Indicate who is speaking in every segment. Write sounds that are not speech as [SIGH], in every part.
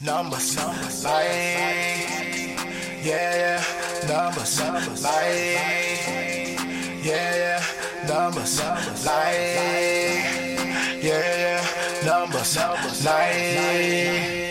Speaker 1: numbers, numbers, like, yeah, yeah, numbers, numbers, like, yeah, yeah, numbers, numbers, like, yeah, yeah, numbers, numbers, like.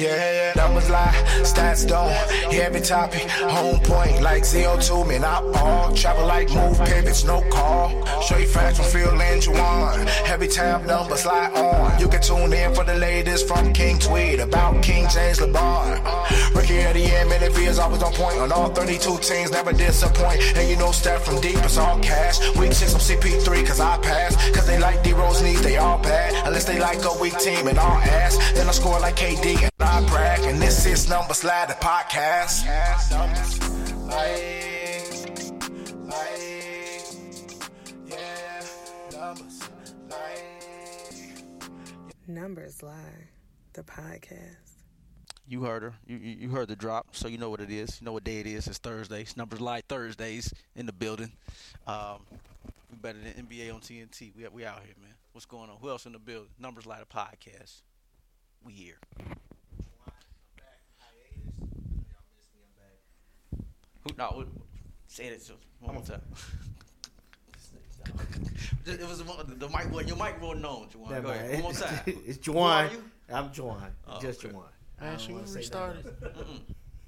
Speaker 1: Yeah, yeah, numbers lie, stats don't. Heavy topic, home point like zero two. Man, I all travel like move pivots, no call. Straight facts from Phil and Juwan. Heavy tab numbers lie on. You can tune in for the latest from King Tweed about King James LeBron. Ricky at the end, man, if he is always on point on all 32 teams, never disappoint. And you know, step from deep, it's all cash. Week six, I'm CP3, cause I pass. Cause they like D Rose knees, they all bad. Unless they like a weak team and all ass. Then I score like KD and I brag. And this is Number Slide, the podcast.
Speaker 2: Numbers Lie, the podcast.
Speaker 3: You heard her. You, you you heard the drop, so you know what it is. You know what day it is. It's Thursday. It's numbers live Thursdays in the building. Um, we better than NBA on TNT. We we out here, man. What's going on? Who else in the building? Numbers live the podcast. We here. Who no? who- Say it so one more time. [LAUGHS] it was one- the mic. wasn't- Your mic wasn't on. Juwan.
Speaker 4: Never
Speaker 3: Go ahead. One
Speaker 4: mind.
Speaker 3: more time.
Speaker 4: [LAUGHS] it's
Speaker 3: Who are
Speaker 4: Juwan.
Speaker 3: you?
Speaker 4: I'm Juwan.
Speaker 3: Oh,
Speaker 4: Just
Speaker 3: okay.
Speaker 4: Juwan. I don't
Speaker 5: Actually,
Speaker 4: wanna
Speaker 5: we
Speaker 4: say
Speaker 5: restarted.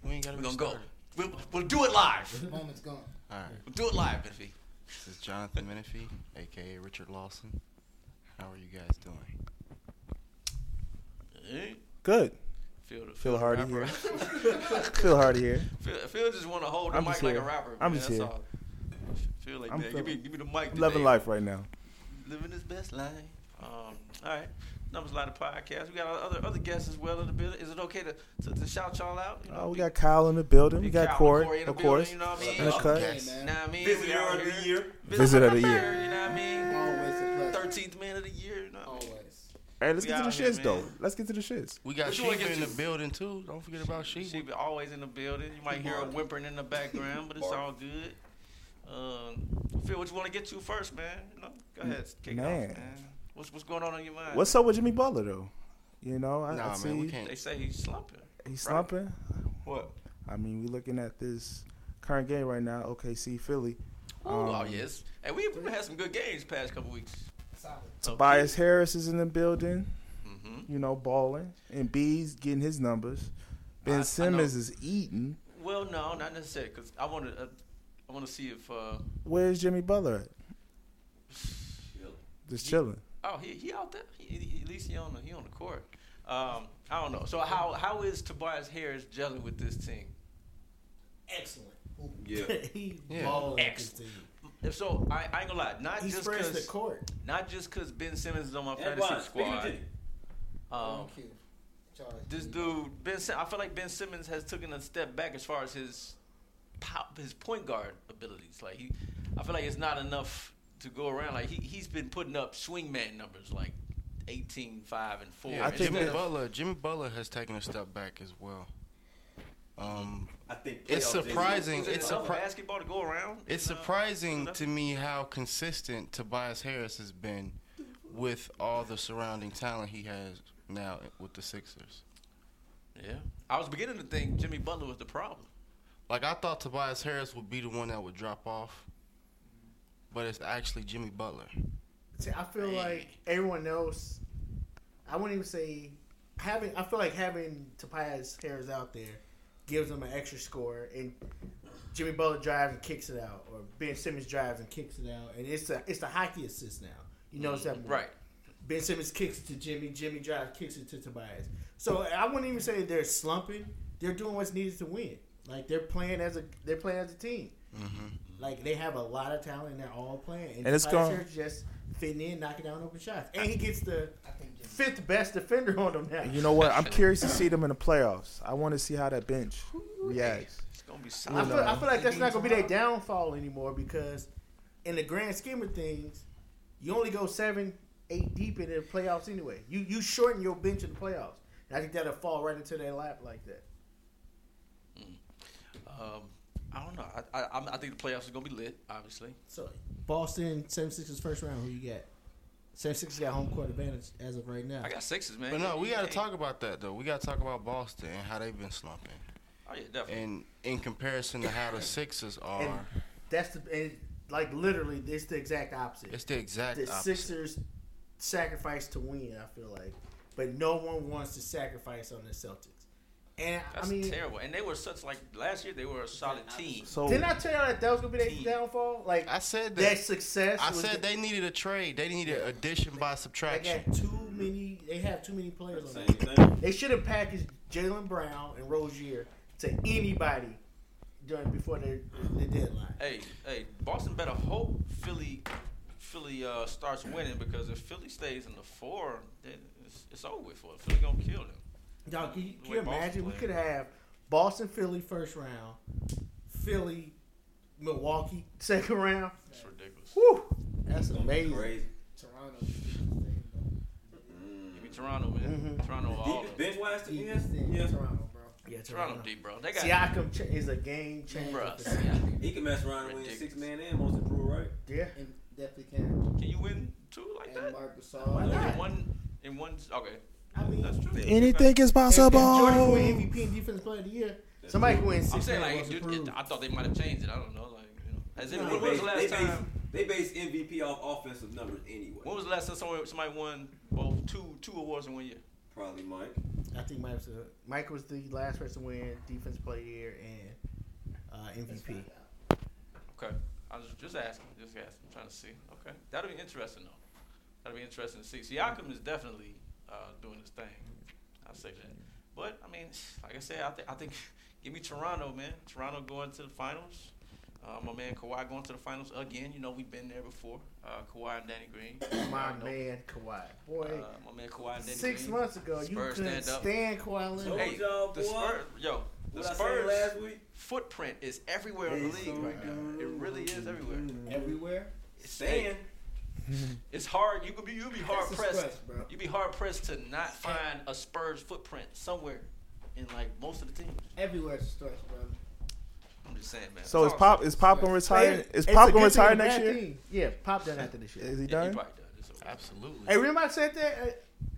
Speaker 5: We ain't gotta
Speaker 3: We're gonna go.
Speaker 5: restart it.
Speaker 3: We'll, we'll do it live.
Speaker 6: Moment's gone.
Speaker 5: All right.
Speaker 3: We'll do it live, Benfi.
Speaker 5: This is Jonathan Menifee, aka Richard Lawson. How are you guys doing?
Speaker 3: Eh?
Speaker 7: Good.
Speaker 3: Feel the
Speaker 7: Phil Hardy
Speaker 3: rapper. [LAUGHS]
Speaker 7: here. Phil Hardy here.
Speaker 3: Phil, Phil just want to hold the
Speaker 7: I'm
Speaker 3: mic
Speaker 7: just
Speaker 3: like a
Speaker 7: here.
Speaker 3: rapper.
Speaker 7: I'm
Speaker 3: man,
Speaker 7: just
Speaker 3: that's
Speaker 7: here.
Speaker 3: all. Feel like
Speaker 7: I'm
Speaker 3: that. Give me,
Speaker 7: feeling-
Speaker 3: give me the mic. Today.
Speaker 7: Loving life right now.
Speaker 3: Living his best life. Um, all right. Numbers Lighter Podcast. We got our other other guests as well in the building. Is it okay to, to, to shout y'all out? You know,
Speaker 7: Oh, we
Speaker 3: big-
Speaker 7: got Kyle in the building. We
Speaker 3: big
Speaker 7: got
Speaker 3: Kyle
Speaker 7: Corey,
Speaker 3: and in the
Speaker 7: of
Speaker 3: building,
Speaker 7: course.
Speaker 3: You know what I mean?
Speaker 7: In the
Speaker 6: Up
Speaker 7: cut.
Speaker 6: game, man.
Speaker 3: Nah, I mean,
Speaker 4: Visitor
Speaker 3: we out
Speaker 4: of the
Speaker 3: here.
Speaker 4: year.
Speaker 7: Visitor of the year.
Speaker 3: You know what I mean?
Speaker 6: Always a pleasure.
Speaker 3: 13th man of the year. You know what I mean?
Speaker 6: Always.
Speaker 7: Hey, let's
Speaker 3: We
Speaker 7: get to the
Speaker 3: out here,
Speaker 7: shits though.
Speaker 3: man.
Speaker 7: Let's get to the shits.
Speaker 5: We got
Speaker 3: What you wanna
Speaker 5: Sheba
Speaker 3: get
Speaker 5: in the
Speaker 3: to?
Speaker 5: building too. Don't forget about Sheba.
Speaker 3: She be always in the building. You might hear her whimpering in the background, but it's all good. Um, Phil, what you want to get to first, man? You know, go ahead, kick it
Speaker 7: Man.
Speaker 3: off, man. What's what's going on in your mind?
Speaker 7: What's up with Jimmy Butler though? You know, I, I
Speaker 5: Nah,
Speaker 7: see
Speaker 5: man, we can't.
Speaker 3: they say he's slumping.
Speaker 7: he's slumping.
Speaker 3: What?
Speaker 7: I mean, we looking at this current game right now, OKC Philly.
Speaker 3: oh
Speaker 7: Um,
Speaker 3: yes, and we have had some good games past couple weeks.
Speaker 7: Tobias Harris is in the building,
Speaker 3: Mm-hmm.
Speaker 7: you know, balling, and B's getting his numbers.
Speaker 3: I- I
Speaker 7: Ben
Speaker 3: know.
Speaker 7: Simmons is eating.
Speaker 3: Well, no, not necessarily, because I want to. Uh, I want to see if. Uh,
Speaker 7: Where's Jimmy Butler at? Just
Speaker 3: He-
Speaker 7: chilling.
Speaker 3: oh, he he out there. He, he- at least he on the he on the court. Um, I don't know. So how how is Tobias Harris gelling with this team?
Speaker 4: Excellent.
Speaker 3: Yeah.
Speaker 4: [LAUGHS] he
Speaker 5: Yeah.
Speaker 4: balling with this
Speaker 3: Excellent.
Speaker 4: dude.
Speaker 3: If so, I, I ain't gonna lie. Not
Speaker 4: He
Speaker 3: just
Speaker 4: spreads the
Speaker 3: because
Speaker 4: court.
Speaker 3: not just 'cause Ben Simmons is on my fantasy squad. Um,
Speaker 6: Thank you. Charlie.
Speaker 3: this dude, Ben, Sim- I feel like Ben Simmons has taken a step back as far as his pow- his point guard abilities. Like he, I feel like it's not enough to go around. Like he he's been putting up swingman numbers like 18, 5, and four.
Speaker 5: Yeah,
Speaker 7: I
Speaker 3: And
Speaker 7: think
Speaker 5: Jimmy
Speaker 3: instead
Speaker 7: that-
Speaker 3: of-
Speaker 5: Butler. Jimmy Butler has taken a step back as well. Um, I think it's surprising.
Speaker 3: is it
Speaker 5: It's
Speaker 3: enough
Speaker 5: surprising.
Speaker 3: basketball to go around.
Speaker 5: It's
Speaker 3: You know?
Speaker 5: surprising
Speaker 3: enough?
Speaker 5: to me how consistent Tobias Harris has been with all the surrounding talent he has now with the Sixers.
Speaker 3: Yeah, I was beginning to think Jimmy Butler was the problem.
Speaker 5: Like I thought Tobias Harris would be the one that would drop off, but it's actually Jimmy Butler.
Speaker 4: See, I feel like everyone else. I wouldn't even say having. I feel like having Tobias Harris out there gives them an extra score, and Jimmy Butler drives and kicks it out, or Ben Simmons drives and kicks it out, and it's a it's the hockey assist now. You notice that more.
Speaker 3: Mm-hmm. Right.
Speaker 4: Ben Simmons kicks to Jimmy. Jimmy drives, kicks it to Tobias. So I wouldn't even say they're slumping. They're doing what's needed to win. Like they're playing as a they're playing as a team.
Speaker 6: Mm-hmm.
Speaker 4: Like they have a lot of talent. and They're all playing, and,
Speaker 7: And it's
Speaker 4: Tobias
Speaker 7: gone.
Speaker 4: Harris just fitting in, knocking down open shots, and he gets the
Speaker 6: I think Jimmy.
Speaker 4: fifth best defender on them now.
Speaker 7: And you know what? I'm curious to see them in the playoffs. I want to see how that bench reacts.
Speaker 3: It's gonna be
Speaker 4: I
Speaker 3: solid.
Speaker 4: feel, I feel like that's not gonna be their downfall anymore because, in the grand scheme of things, you only go seven, eight deep in the playoffs anyway. You you shorten your bench in the playoffs, and I think that'll fall right into their lap like that.
Speaker 3: Um, I don't know. I, I I'm- I think the playoffs is gonna be lit. Obviously,
Speaker 4: So Boston 76ers first round. Who you got?
Speaker 6: San Francisco got home court advantage as of right now.
Speaker 3: I got sixes, man.
Speaker 5: But no, we got to
Speaker 3: Hey.
Speaker 5: talk about that though. We got to talk about Boston and how they've been slumping,
Speaker 3: Oh yeah, definitely.
Speaker 5: and in comparison to how the Sixers are,
Speaker 4: And that's the and like literally it's the exact opposite.
Speaker 5: it's the exact
Speaker 4: the
Speaker 5: opposite.
Speaker 4: Sixers sacrifice to win. I feel like, but no one wants to sacrifice on the Celtics. And
Speaker 3: That's
Speaker 4: I mean,
Speaker 3: terrible. And they were such like last year. They were a solid team.
Speaker 7: So
Speaker 4: didn't I tell you that that was gonna be their
Speaker 3: Team.
Speaker 4: downfall? Like
Speaker 5: I said
Speaker 4: that
Speaker 5: that.
Speaker 4: success.
Speaker 5: I
Speaker 4: was
Speaker 5: said
Speaker 4: the-
Speaker 5: they needed a trade. They needed addition by
Speaker 4: They
Speaker 5: subtraction.
Speaker 4: got too many. They have too many players
Speaker 3: Same
Speaker 4: on that.
Speaker 3: thing.
Speaker 4: They should have packaged Jalen Brown and Rozier to anybody during before their the deadline.
Speaker 3: Hey, hey, Boston better hope Philly, Philly uh, starts winning because if Philly stays in the four, then it's, it's over with for them. Philly gonna kill them.
Speaker 4: Dog, can you, can
Speaker 3: Way
Speaker 4: you
Speaker 3: Boston
Speaker 4: imagine? We
Speaker 3: played.
Speaker 4: could have Boston, Philly first round, Philly, Milwaukee second round.
Speaker 3: It's ridiculous.
Speaker 4: Whew, that's amazing.
Speaker 8: Crazy.
Speaker 6: Toronto. Defense
Speaker 3: Give me Toronto, man.
Speaker 4: Mm-hmm.
Speaker 3: Toronto all.
Speaker 8: Deep, bench wise to
Speaker 6: yeah.
Speaker 8: me, yeah.
Speaker 6: Toronto, bro.
Speaker 4: Yeah,
Speaker 3: Toronto deep, bro. They got
Speaker 4: Siakam cha- is a game changer.
Speaker 3: Bruh,
Speaker 4: for them.
Speaker 3: Siakam.
Speaker 8: He can mess around and win
Speaker 3: Ridiculous.
Speaker 8: six man and most improved, right?
Speaker 4: Yeah,
Speaker 6: And definitely can.
Speaker 3: Can you win two like
Speaker 6: And
Speaker 3: that?
Speaker 6: Mark
Speaker 4: Why
Speaker 6: Gasol.
Speaker 4: not?
Speaker 3: In one, in one. Okay,
Speaker 4: I mean,
Speaker 3: that's true.
Speaker 7: anything is
Speaker 4: if
Speaker 7: possible.
Speaker 4: Jordan win MVP and Defensive Player of the Year. Somebody can win six.
Speaker 3: I'm saying
Speaker 4: man
Speaker 3: like,
Speaker 4: most
Speaker 3: dude,
Speaker 4: improved.
Speaker 3: it- I thought they might have changed it. I don't know. Like, you know, has it?
Speaker 8: They
Speaker 3: When was
Speaker 8: base,
Speaker 3: the
Speaker 8: they
Speaker 3: last
Speaker 8: base,
Speaker 3: time?
Speaker 8: they base MVP off offensive numbers anyway.
Speaker 3: When was the last time someone, somebody won both two two awards in one year?
Speaker 8: Probably Mike.
Speaker 4: I think Mike was, the, Mike was the last person to win Defensive Player of the Year and uh, MVP.
Speaker 3: Okay, I was just asking, just asking, I'm trying to see. Okay, that'll be interesting though. That'll be interesting to see. Siakam is definitely uh, doing his thing. I'll say that. But I mean, [SIGHS] like I said, I think I think [LAUGHS] give me Toronto, man. Toronto going to the finals. Uh, my man Kawhi going to the finals again. You know we've been there before. Uh, Kawhi and Danny Green.
Speaker 4: My
Speaker 3: Y'all know.
Speaker 4: man Kawhi, boy.
Speaker 3: Uh, my man Kawhi and Danny
Speaker 4: Six
Speaker 3: Green.
Speaker 4: months ago, you
Speaker 3: Spurs
Speaker 4: couldn't
Speaker 3: stand up.
Speaker 4: stand Kawhi Leonard.
Speaker 8: Told
Speaker 3: Hey,
Speaker 8: y'all,
Speaker 3: the
Speaker 8: boy.
Speaker 3: Spurs, yo, the
Speaker 8: What I said
Speaker 3: Spurs
Speaker 8: last week?
Speaker 3: footprint is everywhere in the
Speaker 8: They
Speaker 3: league
Speaker 8: so
Speaker 3: right now. It really is everywhere.
Speaker 6: Everywhere.
Speaker 3: It's
Speaker 8: Stan,
Speaker 3: It's hard. You could be you be hard
Speaker 6: That's
Speaker 3: pressed.
Speaker 6: express, bro.
Speaker 3: You'd be hard pressed to not find a Spurs footprint somewhere in like most of the teams.
Speaker 6: Everywhere is a stretch, brother.
Speaker 3: I'm just saying, man.
Speaker 7: So is Pop is Pop gonna retire? Is
Speaker 4: It's a
Speaker 7: Pop
Speaker 4: good
Speaker 7: gonna
Speaker 4: team,
Speaker 7: retire
Speaker 4: a
Speaker 7: next
Speaker 4: bad
Speaker 7: year?
Speaker 4: team. Yeah, Pop done after this year.
Speaker 7: Is he
Speaker 3: Yeah, you
Speaker 7: done?
Speaker 3: probably done. It's over.
Speaker 5: Absolutely.
Speaker 4: Hey, remember I said that uh,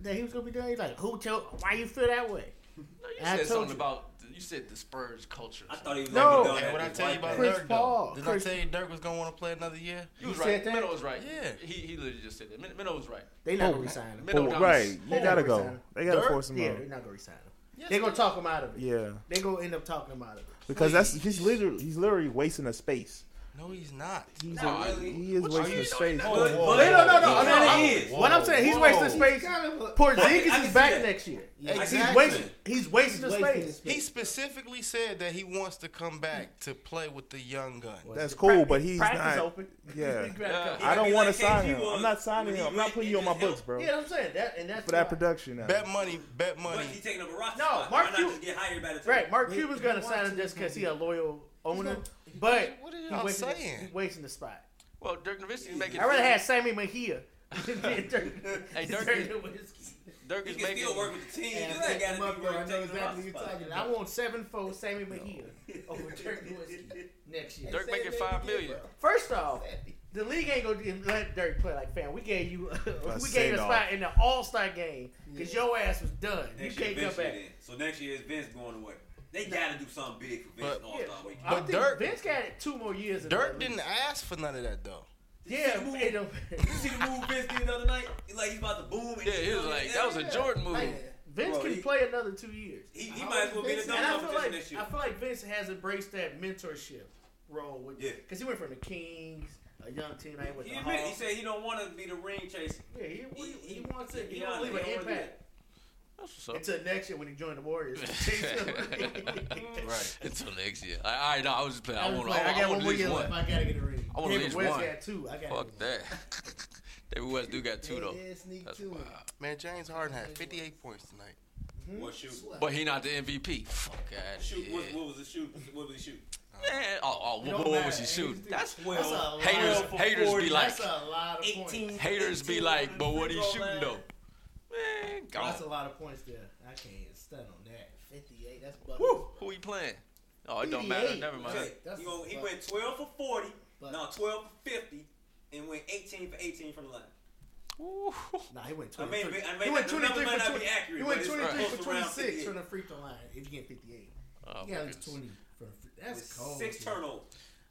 Speaker 4: that he was gonna be done. He's like, who tell? Why you feel that way?
Speaker 3: No, you said
Speaker 4: I told
Speaker 3: something
Speaker 4: you.
Speaker 3: about the- you said the Spurs culture.
Speaker 8: I thought he was
Speaker 4: No.
Speaker 8: gonna be
Speaker 5: Hey,
Speaker 8: done.
Speaker 5: what I
Speaker 8: after
Speaker 5: tell you
Speaker 8: Mike
Speaker 5: about
Speaker 4: Chris
Speaker 5: Dirk
Speaker 4: Paul.
Speaker 5: though? Did
Speaker 4: Chris-
Speaker 5: I tell you Dirk was gonna want to play another year?
Speaker 3: you was
Speaker 4: you
Speaker 3: right.
Speaker 4: said that?
Speaker 3: Minnow was right.
Speaker 5: Yeah.
Speaker 3: He he literally just said that. Min- Minnow was right.
Speaker 4: They not gonna resign him.
Speaker 3: Minnow
Speaker 7: But,
Speaker 3: Donis.
Speaker 7: right, they gotta
Speaker 4: Force
Speaker 7: go.
Speaker 4: him.
Speaker 7: They gotta
Speaker 4: Dirk?
Speaker 7: force him
Speaker 4: Yeah,
Speaker 7: out.
Speaker 4: they're not gonna resign him. They're gonna talk him out of it.
Speaker 7: Yeah,
Speaker 4: They gonna end up talking him out of it.
Speaker 7: because that's he's literally he's literally wasting a space.
Speaker 5: No, he's not.
Speaker 7: He's
Speaker 3: No,
Speaker 7: a,
Speaker 3: I-
Speaker 7: he is
Speaker 3: what
Speaker 7: wasting
Speaker 3: you
Speaker 7: a
Speaker 3: doing?
Speaker 7: space.
Speaker 8: But,
Speaker 5: Whoa,
Speaker 8: but
Speaker 4: No, no, no,
Speaker 5: whoa,
Speaker 8: He
Speaker 4: I mean,
Speaker 8: kinda
Speaker 4: he-
Speaker 8: is.
Speaker 4: What I'm saying, he's
Speaker 5: whoa.
Speaker 4: wasting space.
Speaker 8: I
Speaker 4: Porzingis
Speaker 8: can
Speaker 4: is
Speaker 8: see
Speaker 4: back
Speaker 8: that.
Speaker 4: next year. He's
Speaker 5: Exactly.
Speaker 4: wasting. He's wasting the
Speaker 6: He's wasting his
Speaker 4: space.
Speaker 5: He specifically said that he wants to come back to play with the young gun.
Speaker 7: That's cool, but he's
Speaker 4: Practice
Speaker 7: not.
Speaker 4: open.
Speaker 7: Yeah.
Speaker 3: Yeah.
Speaker 7: I don't
Speaker 8: He
Speaker 7: want to
Speaker 8: like
Speaker 7: sign
Speaker 8: KG
Speaker 7: him.
Speaker 8: was
Speaker 7: I'm not signing
Speaker 8: when
Speaker 7: him.
Speaker 8: he
Speaker 7: I'm not
Speaker 8: went
Speaker 7: putting
Speaker 8: and
Speaker 7: you on my
Speaker 8: just helped.
Speaker 7: books, bro.
Speaker 4: Yeah, I'm saying that, and that's
Speaker 7: For that
Speaker 4: why.
Speaker 7: production, now.
Speaker 5: Bet money, bet
Speaker 8: But
Speaker 5: money.
Speaker 8: he's taking up a roster.
Speaker 4: No, Mark
Speaker 8: spot. Why not
Speaker 4: Cuban-
Speaker 8: just get hired by the team?
Speaker 4: Right, Mark
Speaker 6: Wait,
Speaker 4: Cuban's gonna
Speaker 6: why
Speaker 4: sign him
Speaker 6: is he
Speaker 4: just
Speaker 6: gonna
Speaker 4: because
Speaker 6: be-
Speaker 4: he's a loyal owner, but
Speaker 5: What are
Speaker 4: he
Speaker 5: y'all
Speaker 4: wasting the-
Speaker 5: saying?
Speaker 4: he wasting the spot.
Speaker 3: Well, Dirk Nowitzki making.
Speaker 4: I rather had Sammy Mejia. [LAUGHS]
Speaker 3: Hey,
Speaker 4: hey,
Speaker 3: Dirk- Dirk
Speaker 8: He
Speaker 3: is
Speaker 8: can
Speaker 3: making.
Speaker 8: still work with the team.
Speaker 6: Yeah,
Speaker 8: You ain't
Speaker 6: I'm
Speaker 8: gotta
Speaker 6: up,
Speaker 8: be
Speaker 6: bro. I
Speaker 8: working
Speaker 6: know
Speaker 8: taking the
Speaker 6: exactly
Speaker 8: roster
Speaker 6: what you're
Speaker 8: spot.
Speaker 6: talking
Speaker 4: I
Speaker 6: about.
Speaker 4: want seven-fold Sammy Mejia
Speaker 6: [LAUGHS]
Speaker 4: over Dirk Nowitzki next year.
Speaker 3: Dirk making five million.
Speaker 4: First off, the league ain't gonna do- let Dirk play like fam. We gave you, [LAUGHS] we gave you a
Speaker 7: send-off.
Speaker 4: spot in the All Star game because your ass was done.
Speaker 8: Next
Speaker 4: you can't come
Speaker 8: year, Vince
Speaker 4: back.
Speaker 8: then. So next year is Vince going away. They gotta do something big for Vince
Speaker 5: But-
Speaker 8: All Star Week.
Speaker 4: I
Speaker 5: But
Speaker 4: think
Speaker 5: Dirk-
Speaker 4: Vince got it two more years. in
Speaker 5: Dirk
Speaker 4: that
Speaker 5: didn't
Speaker 4: league.
Speaker 5: ask for none of that though.
Speaker 4: Yeah, [LAUGHS]
Speaker 8: Did he
Speaker 4: it
Speaker 8: move?
Speaker 4: don't-
Speaker 8: You see the move Vince did the other night? He Like he's about to boom. and
Speaker 3: Yeah,
Speaker 8: he's
Speaker 3: he was
Speaker 8: doing
Speaker 3: like
Speaker 8: it.
Speaker 3: that was a
Speaker 8: Yeah.
Speaker 3: Jordan move.
Speaker 4: Vince
Speaker 8: Bro,
Speaker 4: can
Speaker 8: he-
Speaker 4: play another two years.
Speaker 8: He, he might as well be in the
Speaker 6: Vince-
Speaker 4: And I
Speaker 8: dunk
Speaker 4: feel
Speaker 8: competition
Speaker 4: like
Speaker 8: this year.
Speaker 4: I feel like Vince has embraced that mentorship role with
Speaker 8: Yeah.
Speaker 4: because he went from the Kings, a young team, ain't with
Speaker 8: He
Speaker 4: the
Speaker 8: admitted. He
Speaker 4: Hawks.
Speaker 8: said he don't want to be the ring chaser.
Speaker 4: Yeah, he, he,
Speaker 8: he-
Speaker 4: he wants to he wants to leave an
Speaker 8: he honest, he don't wanna do
Speaker 4: impact
Speaker 3: That's what's up.
Speaker 4: until next year when he joined
Speaker 3: [LAUGHS]
Speaker 4: the Warriors. [LAUGHS]
Speaker 5: Right.
Speaker 3: Until next year. I, I know. I was just playing. I,
Speaker 4: was
Speaker 3: want.
Speaker 4: like,
Speaker 3: I, I, want at least
Speaker 4: left.
Speaker 3: one.
Speaker 4: I gotta get a ring.
Speaker 3: I wanna
Speaker 4: David
Speaker 3: lose
Speaker 4: West
Speaker 3: one.
Speaker 4: got two. I gotta
Speaker 3: Fuck
Speaker 4: get one.
Speaker 3: that. [LAUGHS] David West do got two though.
Speaker 6: Yeah, sneak
Speaker 3: That's
Speaker 6: two.
Speaker 3: wild.
Speaker 5: Man, James Harden had 58 points tonight.
Speaker 4: Hmm?
Speaker 8: What shoot?
Speaker 3: But he not the MVP. Fuck out
Speaker 8: Shoot. What,
Speaker 3: here.
Speaker 8: what was the shoot? What was the shoot?
Speaker 3: Man, oh, oh
Speaker 4: It
Speaker 3: what,
Speaker 4: don't
Speaker 3: what was
Speaker 4: matter.
Speaker 3: he shooting?
Speaker 4: That's
Speaker 3: That's
Speaker 4: a lot.
Speaker 3: haters.
Speaker 8: for
Speaker 3: Haters
Speaker 8: 40.
Speaker 3: be like,
Speaker 4: That's a lot of points.
Speaker 8: 18.
Speaker 3: haters be
Speaker 8: 18
Speaker 3: like, but
Speaker 8: free
Speaker 3: what he
Speaker 8: throw
Speaker 3: shooting
Speaker 8: line.
Speaker 3: though? Man,
Speaker 4: That's a
Speaker 3: God,
Speaker 4: lot of points there. I can't even stunt on that.
Speaker 6: 58. That's buckets.
Speaker 3: Woo, who he playing? Oh, it don't matter.
Speaker 4: 88.
Speaker 3: Never mind.
Speaker 8: Okay,
Speaker 6: That's-
Speaker 8: he, go- he went 12 for 40,
Speaker 6: But-
Speaker 8: no, 12 for 50, and went 18 for 18 from the line.
Speaker 4: Nah, he went
Speaker 8: I
Speaker 4: 23.
Speaker 8: may, I may
Speaker 4: he went
Speaker 8: the
Speaker 4: 23
Speaker 8: numbers
Speaker 4: for
Speaker 8: might not
Speaker 4: 20.
Speaker 8: be accurate.
Speaker 4: He went
Speaker 8: but it's
Speaker 4: 23
Speaker 8: close
Speaker 4: for
Speaker 8: to around
Speaker 4: 26
Speaker 8: 58.
Speaker 4: from the free throw line if you get 58.
Speaker 3: Oh,
Speaker 4: he got
Speaker 3: my
Speaker 4: like
Speaker 3: goodness.
Speaker 4: 20 from the free That's cold.
Speaker 8: Six
Speaker 4: man.
Speaker 8: turnovers.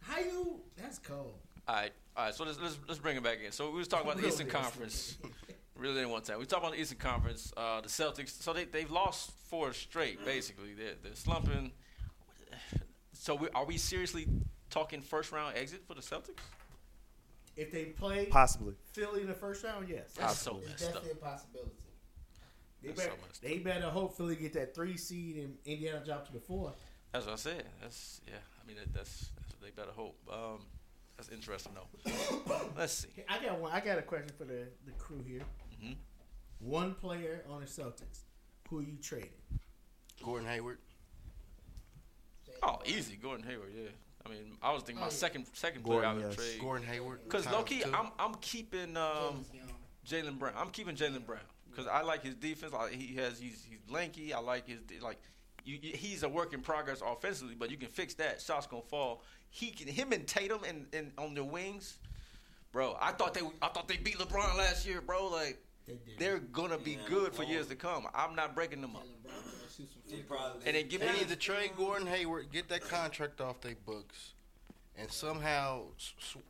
Speaker 4: How you? That's cold.
Speaker 3: All right, all right. So let's let's, let's bring it back in. So we was talking about the
Speaker 4: Real
Speaker 3: Eastern
Speaker 4: deal.
Speaker 3: Conference. really didn't want that. We talked about the Eastern Conference. Uh, the Celtics. So they they've lost four straight. Basically, they're they're slumping. So we, are we seriously talking first round exit for the Celtics?
Speaker 4: [LAUGHS] If they play
Speaker 7: Possibly.
Speaker 4: Philly in the first round, yes.
Speaker 3: That's so
Speaker 6: It's
Speaker 3: messed up.
Speaker 6: definitely a possibility.
Speaker 4: They
Speaker 3: That's so
Speaker 4: better,
Speaker 3: messed
Speaker 4: they better hope Philly get that three seed and Indiana drop to the four.
Speaker 3: That's what I said. That's yeah. I mean that, that's that's what they better hope. Um, that's interesting though. [COUGHS] Let's see.
Speaker 4: Hey, I got one. I got a question for the, the crew here.
Speaker 3: Mhm.
Speaker 4: One player on the Celtics, who you traded?
Speaker 5: Gordon Hayward.
Speaker 3: Oh, easy. Gordon Hayward. Yeah. I mean, I was thinking my
Speaker 6: Oh, yeah.
Speaker 3: second second player
Speaker 7: Gordon,
Speaker 3: out of
Speaker 7: yes.
Speaker 3: trade.
Speaker 5: Gordon Hayward.
Speaker 3: Because
Speaker 5: times
Speaker 3: low key,
Speaker 5: two.
Speaker 3: I'm I'm keeping um,
Speaker 6: Jones Young.
Speaker 3: Jalen Brown. I'm keeping Jalen Brown because I like his defense. Like he has, he's he's lanky. I like his de- like. You, you, he's a work in progress offensively, but you can fix that. Shots gonna fall. He can him and Tatum and, and on their wings, bro. I thought they I thought they beat LeBron last year, bro. Like
Speaker 4: They did.
Speaker 3: they're gonna be
Speaker 8: Yeah,
Speaker 3: good for
Speaker 8: LeBron.
Speaker 3: years to come. I'm not breaking them up.
Speaker 6: Jalen Brown gonna shoot some
Speaker 8: They
Speaker 6: free throws.
Speaker 8: probably.
Speaker 3: And then give me
Speaker 5: They need to trade Gordon Hayward, get that contract off their books, and somehow s- s-